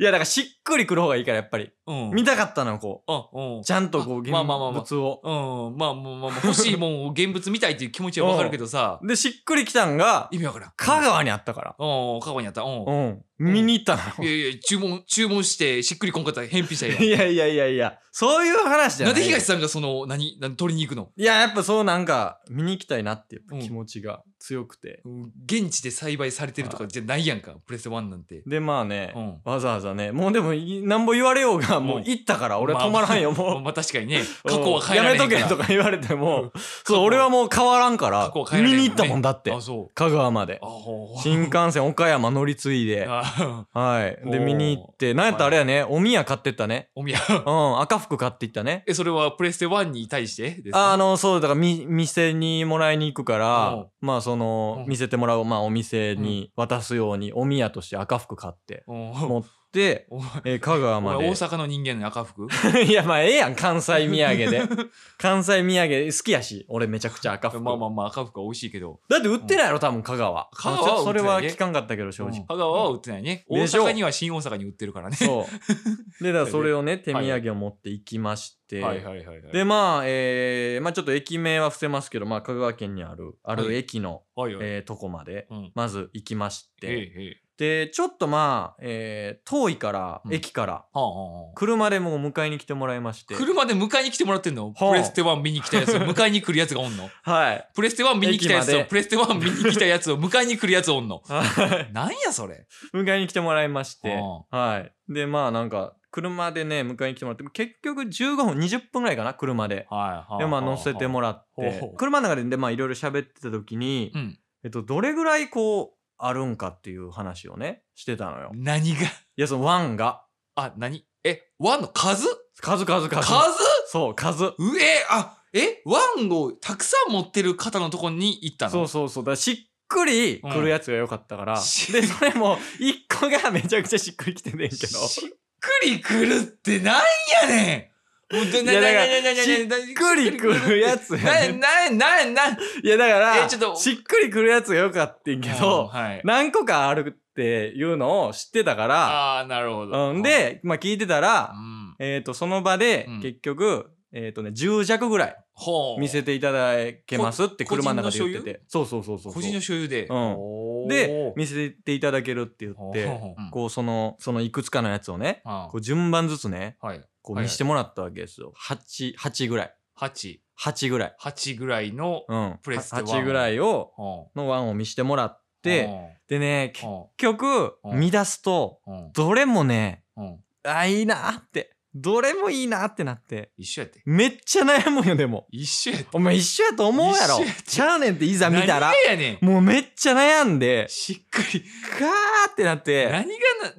Speaker 2: やだからしっくりくる方がいいからやっぱり、
Speaker 1: うん。
Speaker 2: 見たかったのよこ
Speaker 1: あ、うん
Speaker 2: う。ちゃんとこう現
Speaker 1: あまあまあまあまあ
Speaker 2: 物を
Speaker 1: うん。まあ、まあまあまあ、欲しいもんを現物見たいっていう気持ちはわかるけどさ、
Speaker 2: でしっくりきたんが
Speaker 1: 意味わからん。
Speaker 2: 香川にあったから
Speaker 1: うん、過去にあった。うん。
Speaker 2: うん見に行ったのよ
Speaker 1: いやいや、注文、注文して、しっくりこんかったら返品したら
Speaker 2: い
Speaker 1: え
Speaker 2: やいやいやいや、そういう話じ
Speaker 1: え
Speaker 2: ゃ
Speaker 1: やん。
Speaker 2: な。
Speaker 1: ないんで東さんがその、何、何、取りに行くの
Speaker 2: いや、やっぱそうなんか、見に行きたいなっていう
Speaker 1: うん
Speaker 2: 気持ちが強くて。
Speaker 1: うん現地で栽培されてるとかじゃないやんか、プレステ1なんて。
Speaker 2: で、まあね、
Speaker 1: うん
Speaker 2: わざわざね、もうでもい、なんぼ言われようが、もう
Speaker 1: うん
Speaker 2: 行ったから、俺は止まらんよ、
Speaker 1: まあ
Speaker 2: もう。
Speaker 1: まあ確かにね、過去は変え
Speaker 2: や
Speaker 1: られへ
Speaker 2: めと
Speaker 1: んから
Speaker 2: けとか言われても、
Speaker 1: 去
Speaker 2: そう、
Speaker 1: は
Speaker 2: 俺はもう変わらんか
Speaker 1: 過去は
Speaker 2: ら、
Speaker 1: 変えら
Speaker 2: 見
Speaker 1: れへんもんね
Speaker 2: に行ったもんだって
Speaker 1: あ、。そう。
Speaker 2: 香川まで
Speaker 1: あ、。ほう。
Speaker 2: 新幹線、岡山乗り継いで、
Speaker 1: あ
Speaker 2: はい。で、
Speaker 1: おー
Speaker 2: 見に行って、なんやったらあれやね、お宮買ってったね。
Speaker 1: おみや。
Speaker 2: うん、赤服買っていったね。
Speaker 1: え、それはプレステ1に対してですか
Speaker 2: あの、そう、だから、み、店にもらいに行くから、
Speaker 1: うん
Speaker 2: まあ、その、
Speaker 1: うん
Speaker 2: 見せてもらう、まあ、お店に渡すように、お宮として赤服買って、
Speaker 1: うん
Speaker 2: 持って、
Speaker 1: お前
Speaker 2: えー香川
Speaker 1: お
Speaker 2: ま
Speaker 1: 前
Speaker 2: で
Speaker 1: 大。阪の人間の赤服
Speaker 2: いや、まあ、ええやん、関西土産で。 関西土産好きやし、俺めちゃくちゃ赤服。
Speaker 1: まあまあまあ赤服は美味しいけど、
Speaker 2: だって売ってないやろ、多分、香川。
Speaker 1: 香川は
Speaker 2: それ
Speaker 1: 売っ
Speaker 2: は
Speaker 1: てないね
Speaker 2: 聞かんかったけど、正直。
Speaker 1: 香川は売ってないね。大
Speaker 2: でしょ
Speaker 1: 阪には新大阪に売ってるからね。
Speaker 2: そう。で、だからそれをね、手
Speaker 1: は
Speaker 2: 土
Speaker 1: い
Speaker 2: 産を持って行きまして、
Speaker 1: はいはいはいはい。
Speaker 2: で、まあ、えー、まあ、ちょっと駅名は伏せますけど、まあ、香川県にある、あ
Speaker 1: は
Speaker 2: る
Speaker 1: い
Speaker 2: 駅の、
Speaker 1: はいはい。
Speaker 2: えー、とこまで、
Speaker 1: うん
Speaker 2: まず行きまし
Speaker 1: ええ
Speaker 2: て、
Speaker 1: ええ。
Speaker 2: で、ちょっとまあ、えー遠いから、
Speaker 1: うん
Speaker 2: 駅から、
Speaker 1: はあはあはあ。
Speaker 2: 車でもう迎えに来てもらいまして、
Speaker 1: 車で迎えに来てもらってんの、
Speaker 2: はあ
Speaker 1: プレステ1見に来たやつを迎えに来るやつがおんの
Speaker 2: はい。
Speaker 1: プレステ1見に来たやつ
Speaker 2: 駅ま
Speaker 1: と
Speaker 2: で
Speaker 1: プレステ1見に来たやつを迎えに来るやつおんの なんやそれ
Speaker 2: 迎えに来てもらいまして、
Speaker 1: は
Speaker 2: はい。で、まあなんか、車でね、迎えに来てもらって、結局15分、20分ぐらいかな、車で。
Speaker 1: はいはい
Speaker 2: で、まあ乗せてもらっ
Speaker 1: ほうほ
Speaker 2: て
Speaker 1: う、
Speaker 2: 車の中で、でまあいろいろ喋ってた時に、
Speaker 1: うん
Speaker 2: えっと、どれぐらいこう、あるんかっていう話をね、してたのよ。
Speaker 1: 何が
Speaker 2: いや、そのワンが、
Speaker 1: あ何え1の数
Speaker 2: 数数数。
Speaker 1: 数
Speaker 2: そう、数。
Speaker 1: うえあえ1をたくさん持ってる方のとこに行ったの
Speaker 2: そうそうそうだからしっくりくるやつが良かったから、
Speaker 1: し
Speaker 2: でそれも一個がめちゃくちゃしっくりきてねんけど
Speaker 1: し
Speaker 2: し
Speaker 1: っくりくるってなんやねんもうで
Speaker 2: いやだから
Speaker 1: ななななな
Speaker 2: しっ
Speaker 1: な
Speaker 2: っくりくるやつやねん
Speaker 1: なななない
Speaker 2: やだか
Speaker 1: え
Speaker 2: ら
Speaker 1: ちょっと
Speaker 2: しっくりくるやつが良かったんけ
Speaker 1: うん
Speaker 2: ど
Speaker 1: はい
Speaker 2: 何個かあるっていうのを知ってたから
Speaker 1: ああなるほど
Speaker 2: うんで、まあ、聞いてた
Speaker 1: う
Speaker 2: ら、
Speaker 1: ん
Speaker 2: えー、とその場で
Speaker 1: うん
Speaker 2: 結局、えっ、とね10弱ぐらい
Speaker 1: ほう
Speaker 2: 見せていただけますって
Speaker 1: こ
Speaker 2: 車の中で言っててそうそうそうそう
Speaker 1: 個人の所有で、
Speaker 2: うんで見せていただけるって言って
Speaker 1: うん
Speaker 2: こうそのそのいくつかのやつをね
Speaker 1: あ
Speaker 2: こう順番ずつね、
Speaker 1: はい
Speaker 2: こう
Speaker 1: はいはい
Speaker 2: 見してもらったわけですよ。8、八ぐらい。
Speaker 1: 八
Speaker 2: 8ぐらい。
Speaker 1: 八ぐらいの、
Speaker 2: うん。
Speaker 1: プレステ
Speaker 2: 8ぐらいを、
Speaker 1: うん
Speaker 2: の1を見してもらって、でね、結
Speaker 1: うん
Speaker 2: 局、
Speaker 1: うん
Speaker 2: 見出すと、
Speaker 1: うん
Speaker 2: どれもね、
Speaker 1: うん
Speaker 2: あ、いいなーって、どれもいいなーってなって、
Speaker 1: 一緒やって
Speaker 2: めっちゃ悩むよ、でも。
Speaker 1: 一緒やって
Speaker 2: お前一緒やと思うやろ
Speaker 1: 一緒やって。
Speaker 2: ちゃうねんっていざ見た
Speaker 1: 何
Speaker 2: ら、
Speaker 1: がやねん
Speaker 2: もうめっちゃ悩んで、
Speaker 1: しっくり
Speaker 2: ガーってなって、
Speaker 1: 何が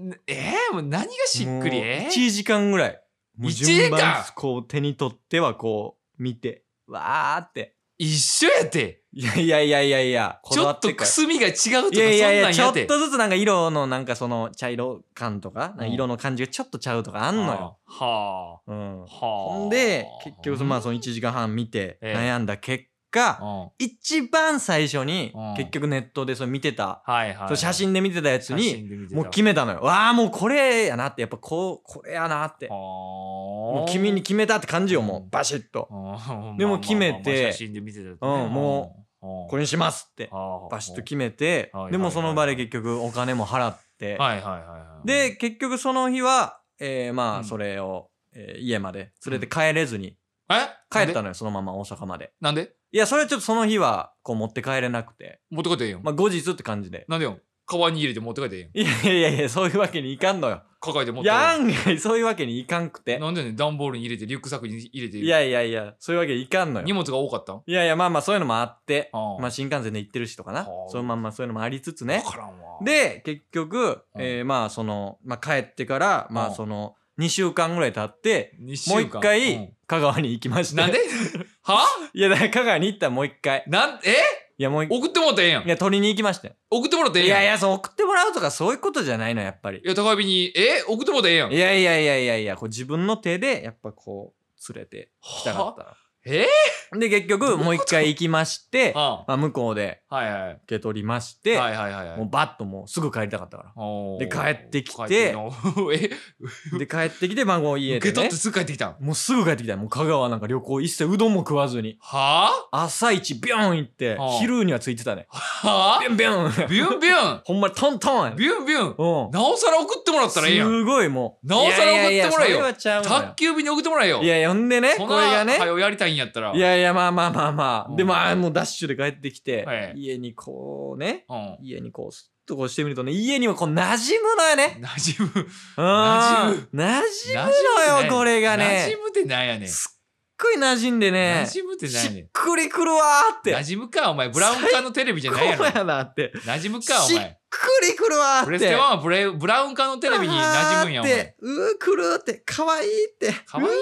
Speaker 1: なえー、もう何がしっくりえー
Speaker 2: 1時間ぐらい。もう
Speaker 1: 一時間
Speaker 2: 順番ずつこう手に取ってはこう、見て、わーって。
Speaker 1: 一緒やて
Speaker 2: いやいやいやいやいや、こ
Speaker 1: ち
Speaker 2: だ
Speaker 1: ょ
Speaker 2: わ
Speaker 1: ってと
Speaker 2: る
Speaker 1: く
Speaker 2: から
Speaker 1: すみが違うとかそん
Speaker 2: いやいやい
Speaker 1: な
Speaker 2: や、
Speaker 1: ん
Speaker 2: ちょ
Speaker 1: や
Speaker 2: ってとずつなんか色のなんかその茶色感とか、なんか
Speaker 1: うん
Speaker 2: 色の感じがちょっとちゃうとかあんのよ。
Speaker 1: は
Speaker 2: う
Speaker 1: あ
Speaker 2: ん
Speaker 1: はあ。ほ
Speaker 2: ほんで、結局そのまあその1時間半見て
Speaker 1: ええ
Speaker 2: 悩んだ結果、
Speaker 1: の
Speaker 2: 一番最初に
Speaker 1: うん
Speaker 2: 結局ネットでその見てた、
Speaker 1: はいはい
Speaker 2: その写真で見てたやつに、もう決
Speaker 1: め
Speaker 2: めたのよ。わあ、もうこれやなって、やっぱこう、これやなって。も
Speaker 1: も
Speaker 2: う君に決めたって感じよ、もうバシッと。でも決めて
Speaker 1: 写真で見てた
Speaker 2: うんも
Speaker 1: うん
Speaker 2: これにしますって。
Speaker 1: はあ
Speaker 2: バシッと決めて
Speaker 1: はいはいはい、
Speaker 2: でもその場で結局お金も払って。
Speaker 1: はいはいはいはい
Speaker 2: で、結局その日は、えーま
Speaker 1: うん
Speaker 2: あ、それを、えー家まで連れて帰れずに、
Speaker 1: え
Speaker 2: 帰った
Speaker 1: の
Speaker 2: のよ、そのまま大阪まで。
Speaker 1: なんで
Speaker 2: いや、それはちょっとその日は、こう持って帰れなくて、
Speaker 1: 持って帰ってええやん
Speaker 2: まあ、後日って感じで。
Speaker 1: なんでよ川に入れて持って帰ってええやん
Speaker 2: いやいやいや、そういうわけにいかんのよ。
Speaker 1: 抱えて持っ
Speaker 2: い
Speaker 1: て帰って
Speaker 2: や、案外そういうわけにいかんくて。
Speaker 1: なんでね段ボールに入れてリュックサックに入れて
Speaker 2: いやいやいや、そういうわけにいかんのよ
Speaker 1: 荷。物が多かったん
Speaker 2: いやいや、まあまあ、そういうのもあって、
Speaker 1: ああ
Speaker 2: まあ、新幹線で行ってるしとかな
Speaker 1: はあ、
Speaker 2: そのまんまそういうのもありつつね
Speaker 1: わ。からんわ
Speaker 2: で、結局、
Speaker 1: うん
Speaker 2: えーまあ、その、まあ、帰ってから、ま
Speaker 1: うん
Speaker 2: あ、その、2週間ぐらい経って、
Speaker 1: 二週
Speaker 2: もう
Speaker 1: 間
Speaker 2: 一
Speaker 1: うん
Speaker 2: 回、香川に行きまして。
Speaker 1: なんではい
Speaker 2: や、だから香川に行ったらもう一回。
Speaker 1: なんえ
Speaker 2: いや、もう一回。
Speaker 1: 送ってもらったらええやん
Speaker 2: いや、取りに行きましたよ。
Speaker 1: 送ってもらったらえ
Speaker 2: い
Speaker 1: えやん
Speaker 2: やいや、そう、送ってもらうとかそういうことじゃないの、やっぱり。
Speaker 1: いや高火にえ送ってもらったらええやん
Speaker 2: いやいやいやいやいや、こう自分の手で、やっぱこう、連れてきたかった
Speaker 1: え
Speaker 2: の。で、結局、もう一回行きまして、
Speaker 1: は
Speaker 2: まあ、向こうで
Speaker 1: あはいはい
Speaker 2: 受け取りまして、
Speaker 1: はいはいはいはい
Speaker 2: もうバッともうすぐ帰りたかったか
Speaker 1: おー
Speaker 2: で帰ってきて
Speaker 1: 帰って のえ
Speaker 2: ら。で、帰ってきて、孫を家
Speaker 1: 受け
Speaker 2: で、
Speaker 1: 取
Speaker 2: ね
Speaker 1: って。すぐ帰ってきたんは
Speaker 2: もうすぐ帰ってきたよもう香川なんか旅行一切うどんも食わずに。
Speaker 1: あ
Speaker 2: 朝一ビョン行って
Speaker 1: ああ、
Speaker 2: 昼には着いてたね。
Speaker 1: は
Speaker 2: ビ
Speaker 1: あ
Speaker 2: ュンビュン
Speaker 1: ビュンビュン
Speaker 2: ほんまにトントンやね
Speaker 1: ビュンビュン
Speaker 2: うん。
Speaker 1: なおさら送ってもらったらええやん
Speaker 2: すごいもう。
Speaker 1: なおさら送ってもらえよ
Speaker 2: いやいやいやそれはちゃうのよ
Speaker 1: 宅急便に送ってもらえよ
Speaker 2: いやいや、ほんでね、
Speaker 1: そ
Speaker 2: こ
Speaker 1: ん
Speaker 2: れが
Speaker 1: な
Speaker 2: ね
Speaker 1: は。よやりたいんやったら
Speaker 2: いやいや、まあまあまあま
Speaker 1: うん
Speaker 2: あ。で、まあ、もうダッシュで帰ってきて
Speaker 1: はい、
Speaker 2: 家にこうね、
Speaker 1: うん
Speaker 2: 家にこう、すっとこうしてみるとね、家にはこう、馴染むのよね。
Speaker 1: なじむ
Speaker 2: うん。
Speaker 1: 馴染
Speaker 2: 馴染むのよ、これが
Speaker 1: なじ
Speaker 2: ね。
Speaker 1: むってなんやねん
Speaker 2: すっごい馴染んで
Speaker 1: な
Speaker 2: ね。
Speaker 1: じむってなん
Speaker 2: し
Speaker 1: やねん
Speaker 2: っくりくるわーって。
Speaker 1: なじむかお前ブラウン管のテレビじゃないやろ
Speaker 2: こうやなって。
Speaker 1: なじむかお
Speaker 2: しっ
Speaker 1: 前
Speaker 2: くりくるわーって。
Speaker 1: プレステ1はブレブラウン管のテレビになじむんやお
Speaker 2: はーっ
Speaker 1: 前
Speaker 2: てうーくるーって、かわいいって。
Speaker 1: かわいいう
Speaker 2: ー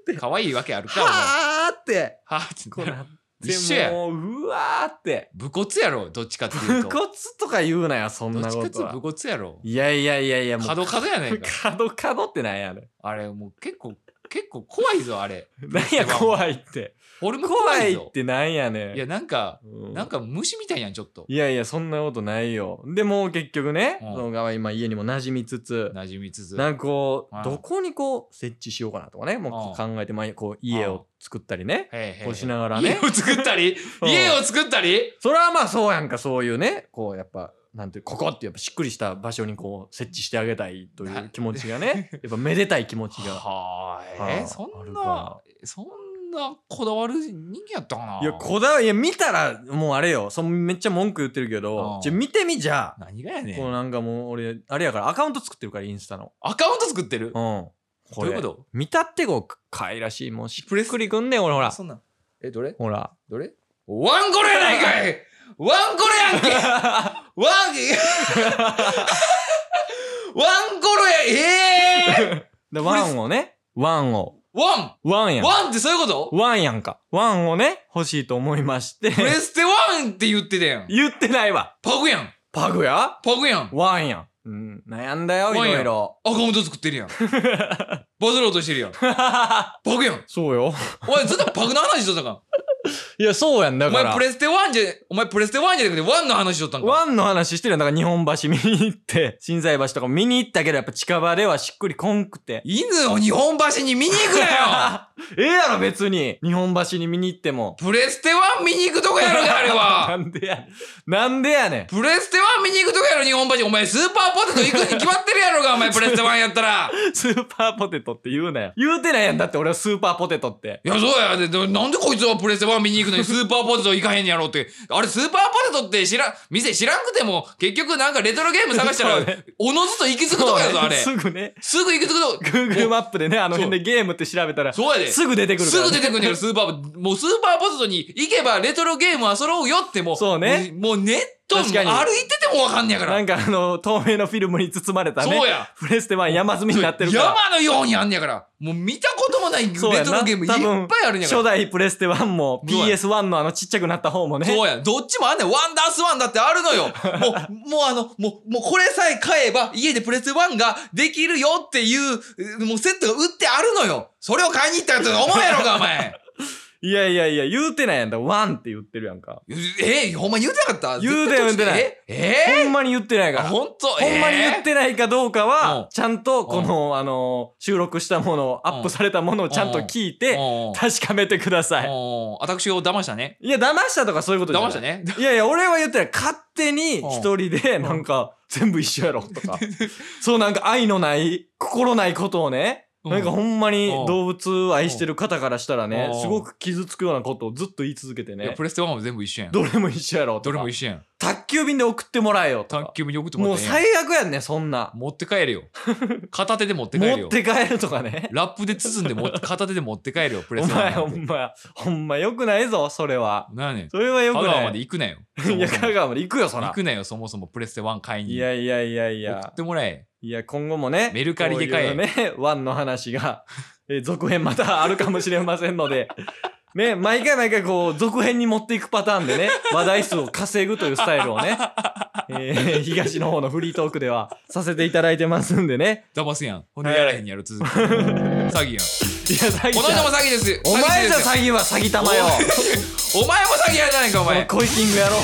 Speaker 2: って。
Speaker 1: 可愛いわけあるかお前は
Speaker 2: はーって。
Speaker 1: あって
Speaker 2: こうなって
Speaker 1: 一緒や
Speaker 2: もううわーって
Speaker 1: 武骨やろどっちかってい
Speaker 2: 武
Speaker 1: うとどっ
Speaker 2: 骨とか言うなよそん
Speaker 1: ちか
Speaker 2: な
Speaker 1: ってい
Speaker 2: こ
Speaker 1: う
Speaker 2: と
Speaker 1: と
Speaker 2: は
Speaker 1: 武骨やろ
Speaker 2: いやいやいやいやもう
Speaker 1: 角角やねんか
Speaker 2: 角角ってなんやねん
Speaker 1: あれもう結構結構怖いぞあれ
Speaker 2: 何や怖いって
Speaker 1: フォルム怖
Speaker 2: 怖
Speaker 1: い
Speaker 2: い
Speaker 1: ぞ
Speaker 2: ってなんやねん
Speaker 1: いやなんか
Speaker 2: うん
Speaker 1: なんか虫みたいやんちょっと
Speaker 2: いやいやそんなことないよでもう結局ね
Speaker 1: うん
Speaker 2: その側今家にも馴染みつつ
Speaker 1: なじみつつ
Speaker 2: なんかこ
Speaker 1: うん
Speaker 2: うどこにこう設置しようかなとかねもうこう考えてまあこう家を作ったりね
Speaker 1: へえへえ
Speaker 2: こうしながらね
Speaker 1: 家を作った り
Speaker 2: うん
Speaker 1: 家を作ったり
Speaker 2: それはまあそうやんかそういうねこうやっぱなんていうここってやっぱしっくりした場所にこう設置してあげたいとい
Speaker 1: な
Speaker 2: う気持ちが ねやっぱめでたい気持ちが
Speaker 1: はあ
Speaker 2: は
Speaker 1: え
Speaker 2: あ
Speaker 1: そ
Speaker 2: あ
Speaker 1: ん
Speaker 2: る
Speaker 1: な
Speaker 2: か
Speaker 1: そんなこだわる人間やったかない
Speaker 2: いやこだわいや見たらもうあれよそのめっちゃ文句言ってるけ
Speaker 1: うん
Speaker 2: どじゃあ見てみじゃあ
Speaker 1: 何がやね
Speaker 2: こうんなんかもう俺あれやからアカウント作ってるからインスタの
Speaker 1: アカウント作ってる
Speaker 2: うんこ
Speaker 1: どういうこと
Speaker 2: 見たってこう可愛らしいもうしっくりくんね俺ほら
Speaker 1: そんなんえどれ
Speaker 2: ほら
Speaker 1: どれワンコロやないかいワンコロやんけワンワンコロやええ
Speaker 2: でワンをねワンを
Speaker 1: ワ
Speaker 2: ワンや
Speaker 1: ン
Speaker 2: ん
Speaker 1: ワンってそういうこと
Speaker 2: ワンやんかワンをね欲しいと思いまして
Speaker 1: プレステワンって言ってたやん
Speaker 2: 言ってないわ
Speaker 1: パグやん
Speaker 2: パグや
Speaker 1: パグやん
Speaker 2: ワンやん。うん、悩んだよ、
Speaker 1: ワ
Speaker 2: い
Speaker 1: ンやん
Speaker 2: ろいろ。
Speaker 1: アカウント作ってるやんバズろうとしてるやんパグやん
Speaker 2: そうよ。
Speaker 1: お前ずっとパグの話しとったんか
Speaker 2: いや、そうやんだ
Speaker 1: お
Speaker 2: か
Speaker 1: 前
Speaker 2: ら
Speaker 1: プ。レステ1じゃお前プレステ1じゃなくてワンの話しとったんか
Speaker 2: ワンの話してるやんだから日本橋見に行って、心斎橋とか見に行ったけど、やっぱ近場ではしっくりこんくて。
Speaker 1: 犬を日本橋に見に行くなよ
Speaker 2: ええやろ、別に。日本橋に見に行っても。
Speaker 1: プレステ1見に行くとこやろがあれ
Speaker 2: な
Speaker 1: は
Speaker 2: んでや、なんでやねん。
Speaker 1: プレステ1見に行くとこやろ日本橋お前スーパーポテト行くに決まってるやろ がお前プレステ1やったら
Speaker 2: スーパーポテトって言うなよ。言うてないやんだって俺はスーパーポテトって。
Speaker 1: いやそうやででなんでこいつはプレステ1見に行くのにスーパーポテト行かへんやろってあれスーパーポテトって知らん店知らんくても結局なんかレトロゲーム探したら
Speaker 2: そうね
Speaker 1: おのずと行き着くとこやぞあれ
Speaker 2: すぐね、
Speaker 1: すぐ行き着くと
Speaker 2: Google マップでね、あの辺でゲームって調べたら、
Speaker 1: そうやです
Speaker 2: ぐ出てくるか
Speaker 1: す
Speaker 2: ら、ね。
Speaker 1: ぐ出てくるんだから、スーパー、もうスーパーポテトに行けばレトロゲームは揃うよってもう、
Speaker 2: そうね
Speaker 1: もうもうネットも歩い
Speaker 2: 確か
Speaker 1: て
Speaker 2: に
Speaker 1: てもわかんねやから。
Speaker 2: なんかあの、透明のフィルムに包まれたね。
Speaker 1: そうや
Speaker 2: プレステは山積みになってるから。
Speaker 1: 山のようにあんねやから、もう見たことももないレト
Speaker 2: そうやな
Speaker 1: ロゲームいっぱいあるんやから
Speaker 2: 初代プレステ1も
Speaker 1: そうや
Speaker 2: PS1 のあのちっちゃくなった方もね。
Speaker 1: そうやん。どっちもあんねん。ワンダースワンだってあるのよ。もう、 もうあの、もう、もうこれさえ買えば家でプレステ1ができるよっていう、うもうセットが売ってあるのよ。それを買いに行ったやつが思うやろか、お 前。
Speaker 2: いやいやいや、言うてないやんだ。ワンって言ってるやんか。
Speaker 1: え、ほんま言うてなかった
Speaker 2: 言うてない
Speaker 1: 絶対途中でえ
Speaker 2: ほんまに言ってない
Speaker 1: え
Speaker 2: か
Speaker 1: ー、
Speaker 2: ら。
Speaker 1: あ
Speaker 2: ほん
Speaker 1: ほんと
Speaker 2: まに言っ、てないかどうか
Speaker 1: うん
Speaker 2: は、ちゃんとこの、あの、収録したもの、アップされたものをちゃんと聞い
Speaker 1: え
Speaker 2: て
Speaker 1: ー、うん
Speaker 2: 確かめてください。
Speaker 1: うん私を騙したね。
Speaker 2: いや、騙したとかそういうことじゃない。
Speaker 1: 騙したね。
Speaker 2: いやいや、俺は言ってない。勝手に一人で、なんか、全部一緒やろ、と か。そう、なんか愛のない、心ないことを
Speaker 1: う
Speaker 2: ね、
Speaker 1: ん
Speaker 2: なんかほんまに
Speaker 1: うん
Speaker 2: 動物を愛してる方からしたらね
Speaker 1: う、ん
Speaker 2: すごく傷つくようなことをずっと言い続けて
Speaker 1: いや
Speaker 2: ね
Speaker 1: プ、レステ1も全部一緒やん。
Speaker 2: どれも一緒やろ、
Speaker 1: ど
Speaker 2: と
Speaker 1: れ
Speaker 2: か
Speaker 1: も。一緒やん。
Speaker 2: 宅急便で送ってもらえよ、と
Speaker 1: 卓
Speaker 2: か。
Speaker 1: 球もよくと思
Speaker 2: も
Speaker 1: っ
Speaker 2: う
Speaker 1: てええやん
Speaker 2: 最悪やんね、そんな。
Speaker 1: 持って帰る よ。片手で持って帰る
Speaker 2: 持っ
Speaker 1: よ。
Speaker 2: て帰ると かね。
Speaker 1: ラップで包んで持って、片手で持って帰るよ、プレ
Speaker 2: お
Speaker 1: ステ1なんて。
Speaker 2: 前、ほんま、ほんま良くないぞ、それは。
Speaker 1: なんやねん。
Speaker 2: それは良
Speaker 1: 香
Speaker 2: く
Speaker 1: 川
Speaker 2: な
Speaker 1: まで
Speaker 2: い。
Speaker 1: 行くなよ。
Speaker 2: いや、香川まで行くよ、そら
Speaker 1: 行。くなよ、そもそもプレステ1買いに。
Speaker 2: いやいやいやいや。
Speaker 1: 送ってもらえ。
Speaker 2: いや、今後もね、
Speaker 1: メルカリで買え
Speaker 2: こういうね、ワンの話が、 えー続編またあるかもしれませんので、 ね、毎回毎回こう、続編に持っていくパターンでね、話題数を稼ぐというスタイルをね、えー東の方のフリートークではさせていただいてますんでね。
Speaker 1: 騙すやん。ほんでやらへんやろ、続き。詐欺やん。
Speaker 2: いや、詐欺
Speaker 1: この人も詐欺です。
Speaker 2: お前じゃ
Speaker 1: 詐欺
Speaker 2: 詐欺は詐欺玉よ。
Speaker 1: ですよお前も詐欺やじゃないか、お
Speaker 2: この
Speaker 1: 前。
Speaker 2: コイキング野郎が。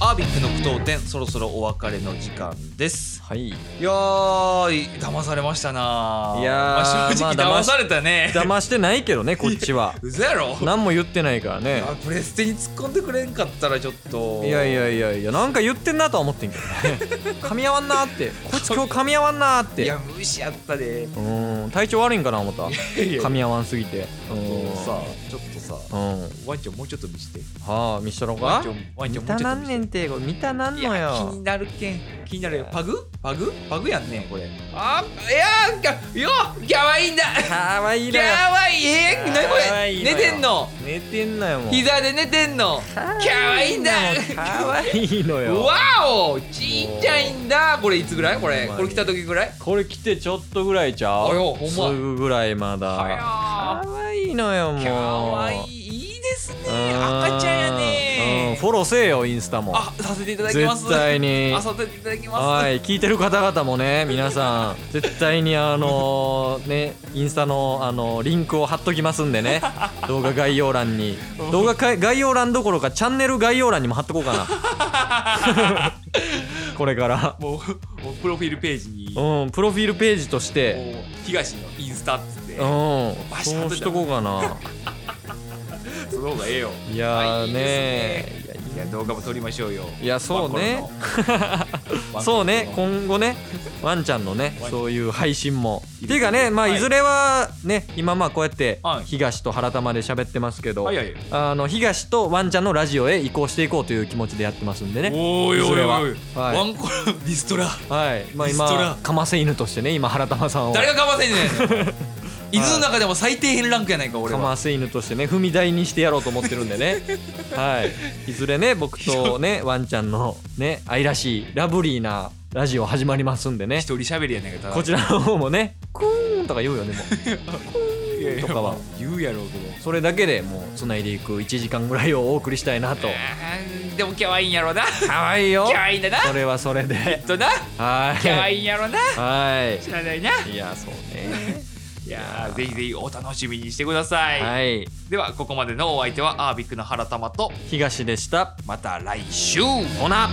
Speaker 1: アービックの句読点、そろそろお別れの時間です。
Speaker 2: はい。
Speaker 1: いやー、騙されましたなー
Speaker 2: いやー
Speaker 1: まあ正直
Speaker 2: ま
Speaker 1: 騙
Speaker 2: あ騙し
Speaker 1: されたね。
Speaker 2: 騙してないけどね、こっち は。
Speaker 1: うそやろ
Speaker 2: 何も言ってないからね。
Speaker 1: あプレステに突っ込んでくれんかったらちょっと。
Speaker 2: いやいやいやいやなんか言ってんなとは思ってんけど ね噛み合わんなーってこっち今日噛み合わんなーっ
Speaker 1: い
Speaker 2: て
Speaker 1: や、無視やったで。
Speaker 2: うーん体調悪いんかな思った
Speaker 1: いや
Speaker 2: 噛み合わんすぎてうーん
Speaker 1: さちょっとさ、
Speaker 2: うん
Speaker 1: ワンちゃんもうちょっと見して。
Speaker 2: はあ見したろ
Speaker 1: ワンち
Speaker 2: か
Speaker 1: ゃん、ワンちゃんも
Speaker 2: 見た
Speaker 1: うちょ
Speaker 2: な
Speaker 1: っと見
Speaker 2: ん
Speaker 1: して
Speaker 2: ねん。てこれ見たなん
Speaker 1: い
Speaker 2: の
Speaker 1: や気
Speaker 2: よ
Speaker 1: になるけん気になるよ
Speaker 2: いや
Speaker 1: パグパグパグやんねこれあいやーかよかわいいんだ
Speaker 2: かわいい
Speaker 1: か
Speaker 2: なよ
Speaker 1: わいいえー、なにこ
Speaker 2: かわ
Speaker 1: れ
Speaker 2: いいの
Speaker 1: 寝
Speaker 2: よ
Speaker 1: てんの
Speaker 2: 寝てんなよもう
Speaker 1: 膝で寝てんの
Speaker 2: か
Speaker 1: かわいいんだ
Speaker 2: かわいいのよ
Speaker 1: わおちっちゃいんだこれいつぐらいこれ
Speaker 2: ほんまに
Speaker 1: これ来た時ぐらい
Speaker 2: これ来てちょっとぐらいちゃ
Speaker 1: あよ
Speaker 2: う
Speaker 1: ほんます
Speaker 2: ぐぐらいまだ
Speaker 1: は
Speaker 2: かわいいのよも
Speaker 1: や
Speaker 2: う
Speaker 1: かわいいいいですね赤ちゃんや
Speaker 2: うん
Speaker 1: ね
Speaker 2: フォローせえよインスタも
Speaker 1: あさせていただきます
Speaker 2: 絶対に
Speaker 1: あさせていただきま
Speaker 2: は
Speaker 1: す
Speaker 2: い、聞いてる方々もね、皆さん、絶対にあ のね、インスタのあのリンクを貼っときますん でね、動画概要欄に。動画かい概要欄どころか、チャンネル概要欄にも貼っとこうかな。 これから。
Speaker 1: もうもうプロフィールページに
Speaker 2: うん、プロフィールページとして、
Speaker 1: もう東のインスタっつって
Speaker 2: うん、
Speaker 1: バシッ貼っとい
Speaker 2: そ
Speaker 1: た
Speaker 2: うしとこうかな。
Speaker 1: その方がええよ
Speaker 2: いや
Speaker 1: い
Speaker 2: ー
Speaker 1: い
Speaker 2: ね
Speaker 1: ですねいや動画も撮りましょうよ
Speaker 2: いや、そうね。 そうね、今後ね、ワンちゃんのね
Speaker 1: ワン、
Speaker 2: そういう配信も。
Speaker 1: いい
Speaker 2: っ
Speaker 1: です
Speaker 2: て
Speaker 1: ね
Speaker 2: いうかね、まあ、
Speaker 1: はい
Speaker 2: いずれはね、今まあこうやって
Speaker 1: はい、
Speaker 2: 東と原玉で喋ってますけど
Speaker 1: はい、はい
Speaker 2: あの、東とワンちゃんのラジオへ移行していこうという気持ちでやってますんでね。
Speaker 1: おいおいおいおい
Speaker 2: はい
Speaker 1: ワンコラリストラ
Speaker 2: はい。まあ
Speaker 1: リストラ
Speaker 2: 今、かませ犬としてね、今原玉さんを。
Speaker 1: 誰
Speaker 2: か
Speaker 1: がかませんねん犬の中でも最低限ランクやないか俺は
Speaker 2: ませ犬としてね、踏み台にしてやろうと思ってるんで ね。はい。いずれね、僕とね、ワンちゃんのね、愛らしい、ラブリーなラジオ始まりますんでね
Speaker 1: 一。人喋りやないかただ
Speaker 2: こちらの方もね、クーンとか言うよね、もう。
Speaker 1: いやいや
Speaker 2: とかは
Speaker 1: まあ言うやろうけど
Speaker 2: それだけでもう繋いでいく1時間ぐらいをお送りしたいなと
Speaker 1: あーでも可愛いんやろな
Speaker 2: かわいいよ
Speaker 1: 可愛いんだな
Speaker 2: それはそれで
Speaker 1: とな
Speaker 2: はい
Speaker 1: 可愛いんやろな
Speaker 2: は
Speaker 1: 知らないない
Speaker 2: いやそうね
Speaker 1: いやーぜひぜひお楽しみにしてください、
Speaker 2: はい
Speaker 1: ではここまでのお相手はアービックの原玉と
Speaker 2: 東でした
Speaker 1: また来週ほな